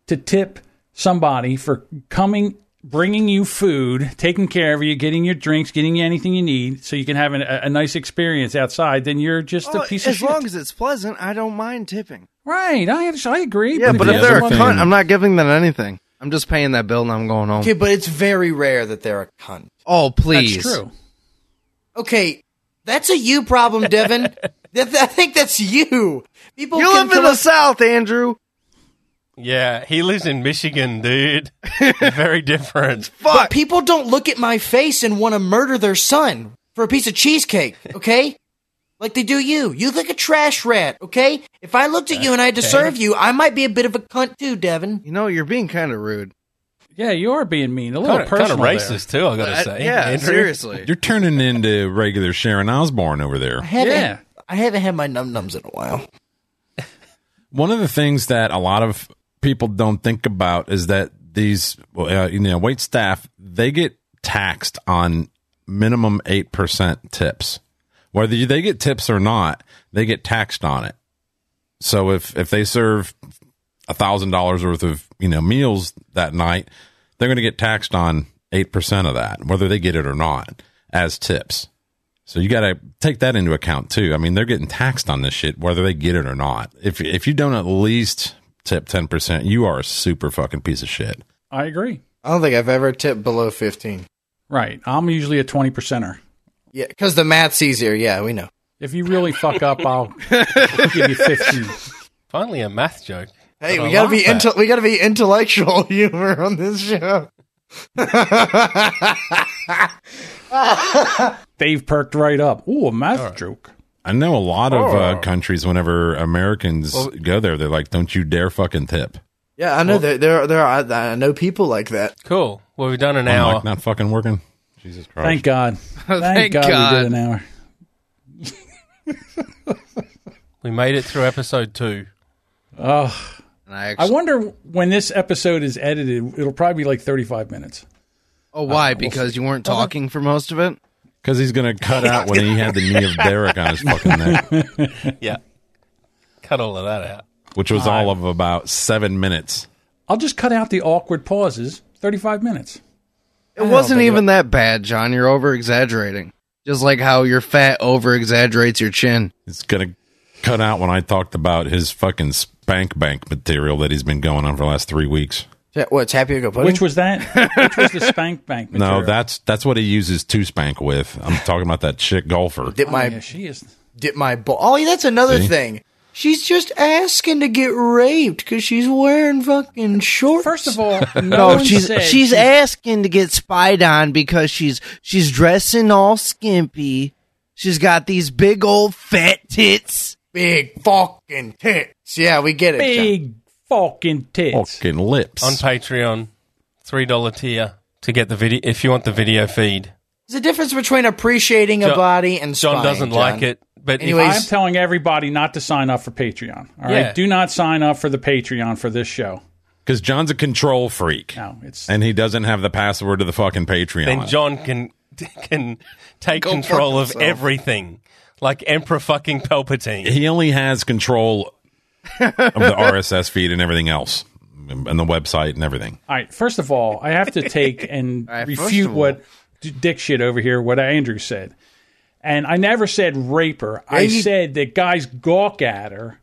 Speaker 6: to tip somebody for coming, bringing you food, taking care of you, getting your drinks, getting you anything you need, so you can have an, a, a nice experience outside, then you're just
Speaker 5: Oh,
Speaker 6: a piece of
Speaker 5: as
Speaker 6: shit.
Speaker 5: long as it's pleasant, I don't mind tipping.
Speaker 6: right? I I agree.
Speaker 5: Yeah, but
Speaker 1: the
Speaker 5: if they're a
Speaker 1: other thing-
Speaker 5: cunt, I'm not giving them anything. I'm just paying that bill and I'm going home.
Speaker 2: Okay, but it's very rare that they're a cunt.
Speaker 5: Oh,
Speaker 6: that's
Speaker 5: please.
Speaker 6: true.
Speaker 2: Okay, that's a you problem, Devin. that, I think that's you. People
Speaker 5: You
Speaker 2: can
Speaker 5: live in
Speaker 2: come
Speaker 5: the
Speaker 2: up-
Speaker 5: South, Andrew.
Speaker 4: Yeah, he lives in Michigan, dude. Very different.
Speaker 2: but people don't look at my face and want to murder their son for a piece of cheesecake. Okay. Like they do you. You look a trash rat, okay? If I looked at you and I had to serve you, I might be a bit of a cunt too, Devin.
Speaker 5: You know, you're being kind of rude.
Speaker 6: Yeah, you are being mean. A little
Speaker 4: Kind of,
Speaker 6: personal. there.
Speaker 4: racist too. I
Speaker 2: Uh,
Speaker 4: gotta
Speaker 5: I-
Speaker 4: say.
Speaker 5: yeah,
Speaker 4: Andrew.
Speaker 5: seriously.
Speaker 1: You're turning into regular Sharon Osbourne over there.
Speaker 2: I haven't,
Speaker 6: Yeah.
Speaker 2: I haven't had my num nums in a while.
Speaker 1: One of the things that a lot of people don't think about is that these, uh, you know, wait staff they get taxed on minimum eight percent tips, whether you- they get tips or not, they get taxed on it. So if if they serve a thousand dollars worth of you know meals that night, they're going to get taxed on eight percent of that, whether they get it or not, as tips. So you got to take that into account too. I mean, they're getting taxed on this shit whether they get it or not. If if you don't at least tip 10%, you are a super fucking piece of shit.
Speaker 6: I agree.
Speaker 2: I don't think I've ever tipped below 15.
Speaker 6: Right. I'm usually a 20 percenter.
Speaker 2: Yeah, because the math's easier. Yeah, we know.
Speaker 6: If you really fuck up, I'll give you 15.
Speaker 4: Finally, a math joke.
Speaker 2: Hey,
Speaker 4: But
Speaker 2: we
Speaker 4: I
Speaker 2: gotta
Speaker 4: like
Speaker 2: be
Speaker 4: that.
Speaker 2: intel- we gotta be intellectual humor on this show.
Speaker 6: Dave perked right up. Ooh, a math joke.
Speaker 1: I know a lot of uh, countries whenever Americans go there, they're like, "Don't you dare fucking tip."
Speaker 2: Yeah, I know there there are- there are I, I know people like that.
Speaker 4: Cool. Well, we've done an
Speaker 1: I'm
Speaker 4: hour.
Speaker 1: like, not fucking working. Jesus Christ.
Speaker 6: Thank God. Thank,
Speaker 5: Thank
Speaker 6: God, we
Speaker 5: God.
Speaker 6: did an hour.
Speaker 4: We made it through episode two.
Speaker 6: Oh,
Speaker 5: And I
Speaker 6: I
Speaker 5: actually,
Speaker 6: wonder when this episode is edited, it'll probably be like 35 minutes.
Speaker 5: oh, why? Because you weren't talking for most of it?
Speaker 1: Because he's gonna cut out when he had the knee of Derek on his fucking neck,
Speaker 4: Yeah. Cut all of that out.
Speaker 1: which was all of about seven minutes.
Speaker 6: I'll just cut out the awkward pauses. 35 minutes.
Speaker 5: It wasn't even that bad, John. You're over exaggerating. Just like how your fat over exaggerates your chin.
Speaker 1: It's gonna cut out when I talked about his fucking spank bank material that he's been going on for the last three weeks.
Speaker 2: Ta- What tapioca pudding?
Speaker 6: Which was that? Which was the spank bank material?
Speaker 1: No, that's that's what he uses to spank with. I'm talking about that chick golfer.
Speaker 10: Oh,
Speaker 2: dip my
Speaker 6: Yeah, she is.
Speaker 2: dip my ball. Oh, yeah, that's another
Speaker 1: See?
Speaker 2: thing. She's just asking to get raped because she's wearing fucking shorts.
Speaker 6: First of all, no,
Speaker 5: No,
Speaker 6: one
Speaker 5: Oh, she's
Speaker 6: said
Speaker 5: she's asking to get spied on because she's she's dressing all skimpy. She's got these big old fat tits.
Speaker 2: big fucking tits. Yeah, we get it. John.
Speaker 6: big fucking tits.
Speaker 1: Fucking lips.
Speaker 10: on Patreon, three dollar tier to get the video. If you want the video feed,
Speaker 2: There's a difference between appreciating a
Speaker 10: John-
Speaker 2: body and
Speaker 10: John
Speaker 2: spying,
Speaker 10: doesn't like it, but if-
Speaker 2: Anyways,
Speaker 6: I'm telling everybody not to sign up for Patreon. All right,
Speaker 10: Yeah.
Speaker 6: do not sign up for the Patreon for this show.
Speaker 1: Because John's a control freak.
Speaker 6: No, it's
Speaker 1: And he doesn't have the password to the fucking Patreon.
Speaker 10: then John can can take control of everything, like Emperor fucking Palpatine.
Speaker 1: he only has control of the RSS feed and everything else, and the website and everything.
Speaker 6: all right. First of all, I have to take and
Speaker 5: right, first
Speaker 6: refute
Speaker 5: of all.
Speaker 6: what d- dick shit over here, what Andrew said. And I never said raper. I
Speaker 2: you-
Speaker 6: said that guys gawk at her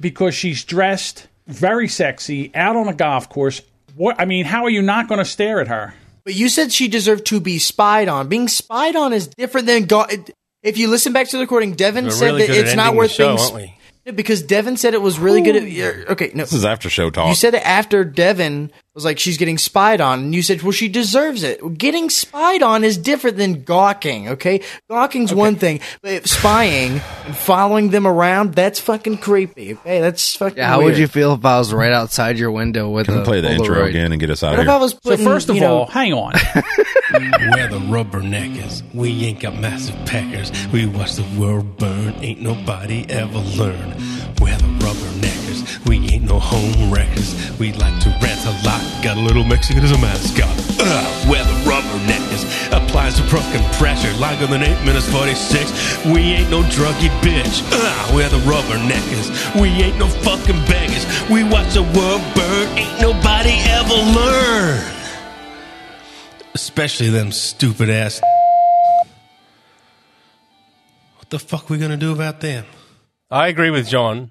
Speaker 6: because she's dressed very sexy out on a golf course. What I mean, how are you not going to stare at her?
Speaker 2: But you said she deserved to be spied on. Being spied on is different than God. If you listen back to the recording, Devin
Speaker 10: We're
Speaker 2: said
Speaker 10: really
Speaker 2: that
Speaker 10: good at
Speaker 2: it's not
Speaker 10: ending
Speaker 2: worth
Speaker 10: the show,
Speaker 2: being
Speaker 10: aren't
Speaker 2: sp- because Devin said it was really good. At, yeah, okay, no,
Speaker 1: This is after show talk.
Speaker 2: you said it after Devin was like she's getting spied on, and you said, well, she deserves it. Well, Getting spied on is different than gawking. Okay, gawking's one thing, but if spying and following them around that's fucking creepy. Okay, that's fucking.
Speaker 5: Yeah, how
Speaker 2: weird.
Speaker 5: would you feel if I was right outside your window with
Speaker 1: Can
Speaker 5: a
Speaker 1: we play the intro
Speaker 5: Polaroid?
Speaker 1: again and get us out
Speaker 2: What
Speaker 1: of
Speaker 2: if I
Speaker 1: here?
Speaker 2: was putting?
Speaker 6: so first of
Speaker 2: you know,
Speaker 6: all, hang on.
Speaker 4: We're the rubberneckers. We ain't got massive packers. We watch the world burn. Ain't nobody ever learn. We're the rubberneckers. We ain't no home wreckers. We like to rant a lot. Got a little Mexican as a mascot. Ugh, we're the rubberneckers. Applies to fucking pressure. Longer than 8 minutes 46. We ain't no druggy bitch. Ugh, we're the rubberneckers. We ain't no fucking beggars. We watch the world burn. Ain't nobody ever learn especially them stupid ass. What the fuck we gonna do about them?
Speaker 10: I agree with John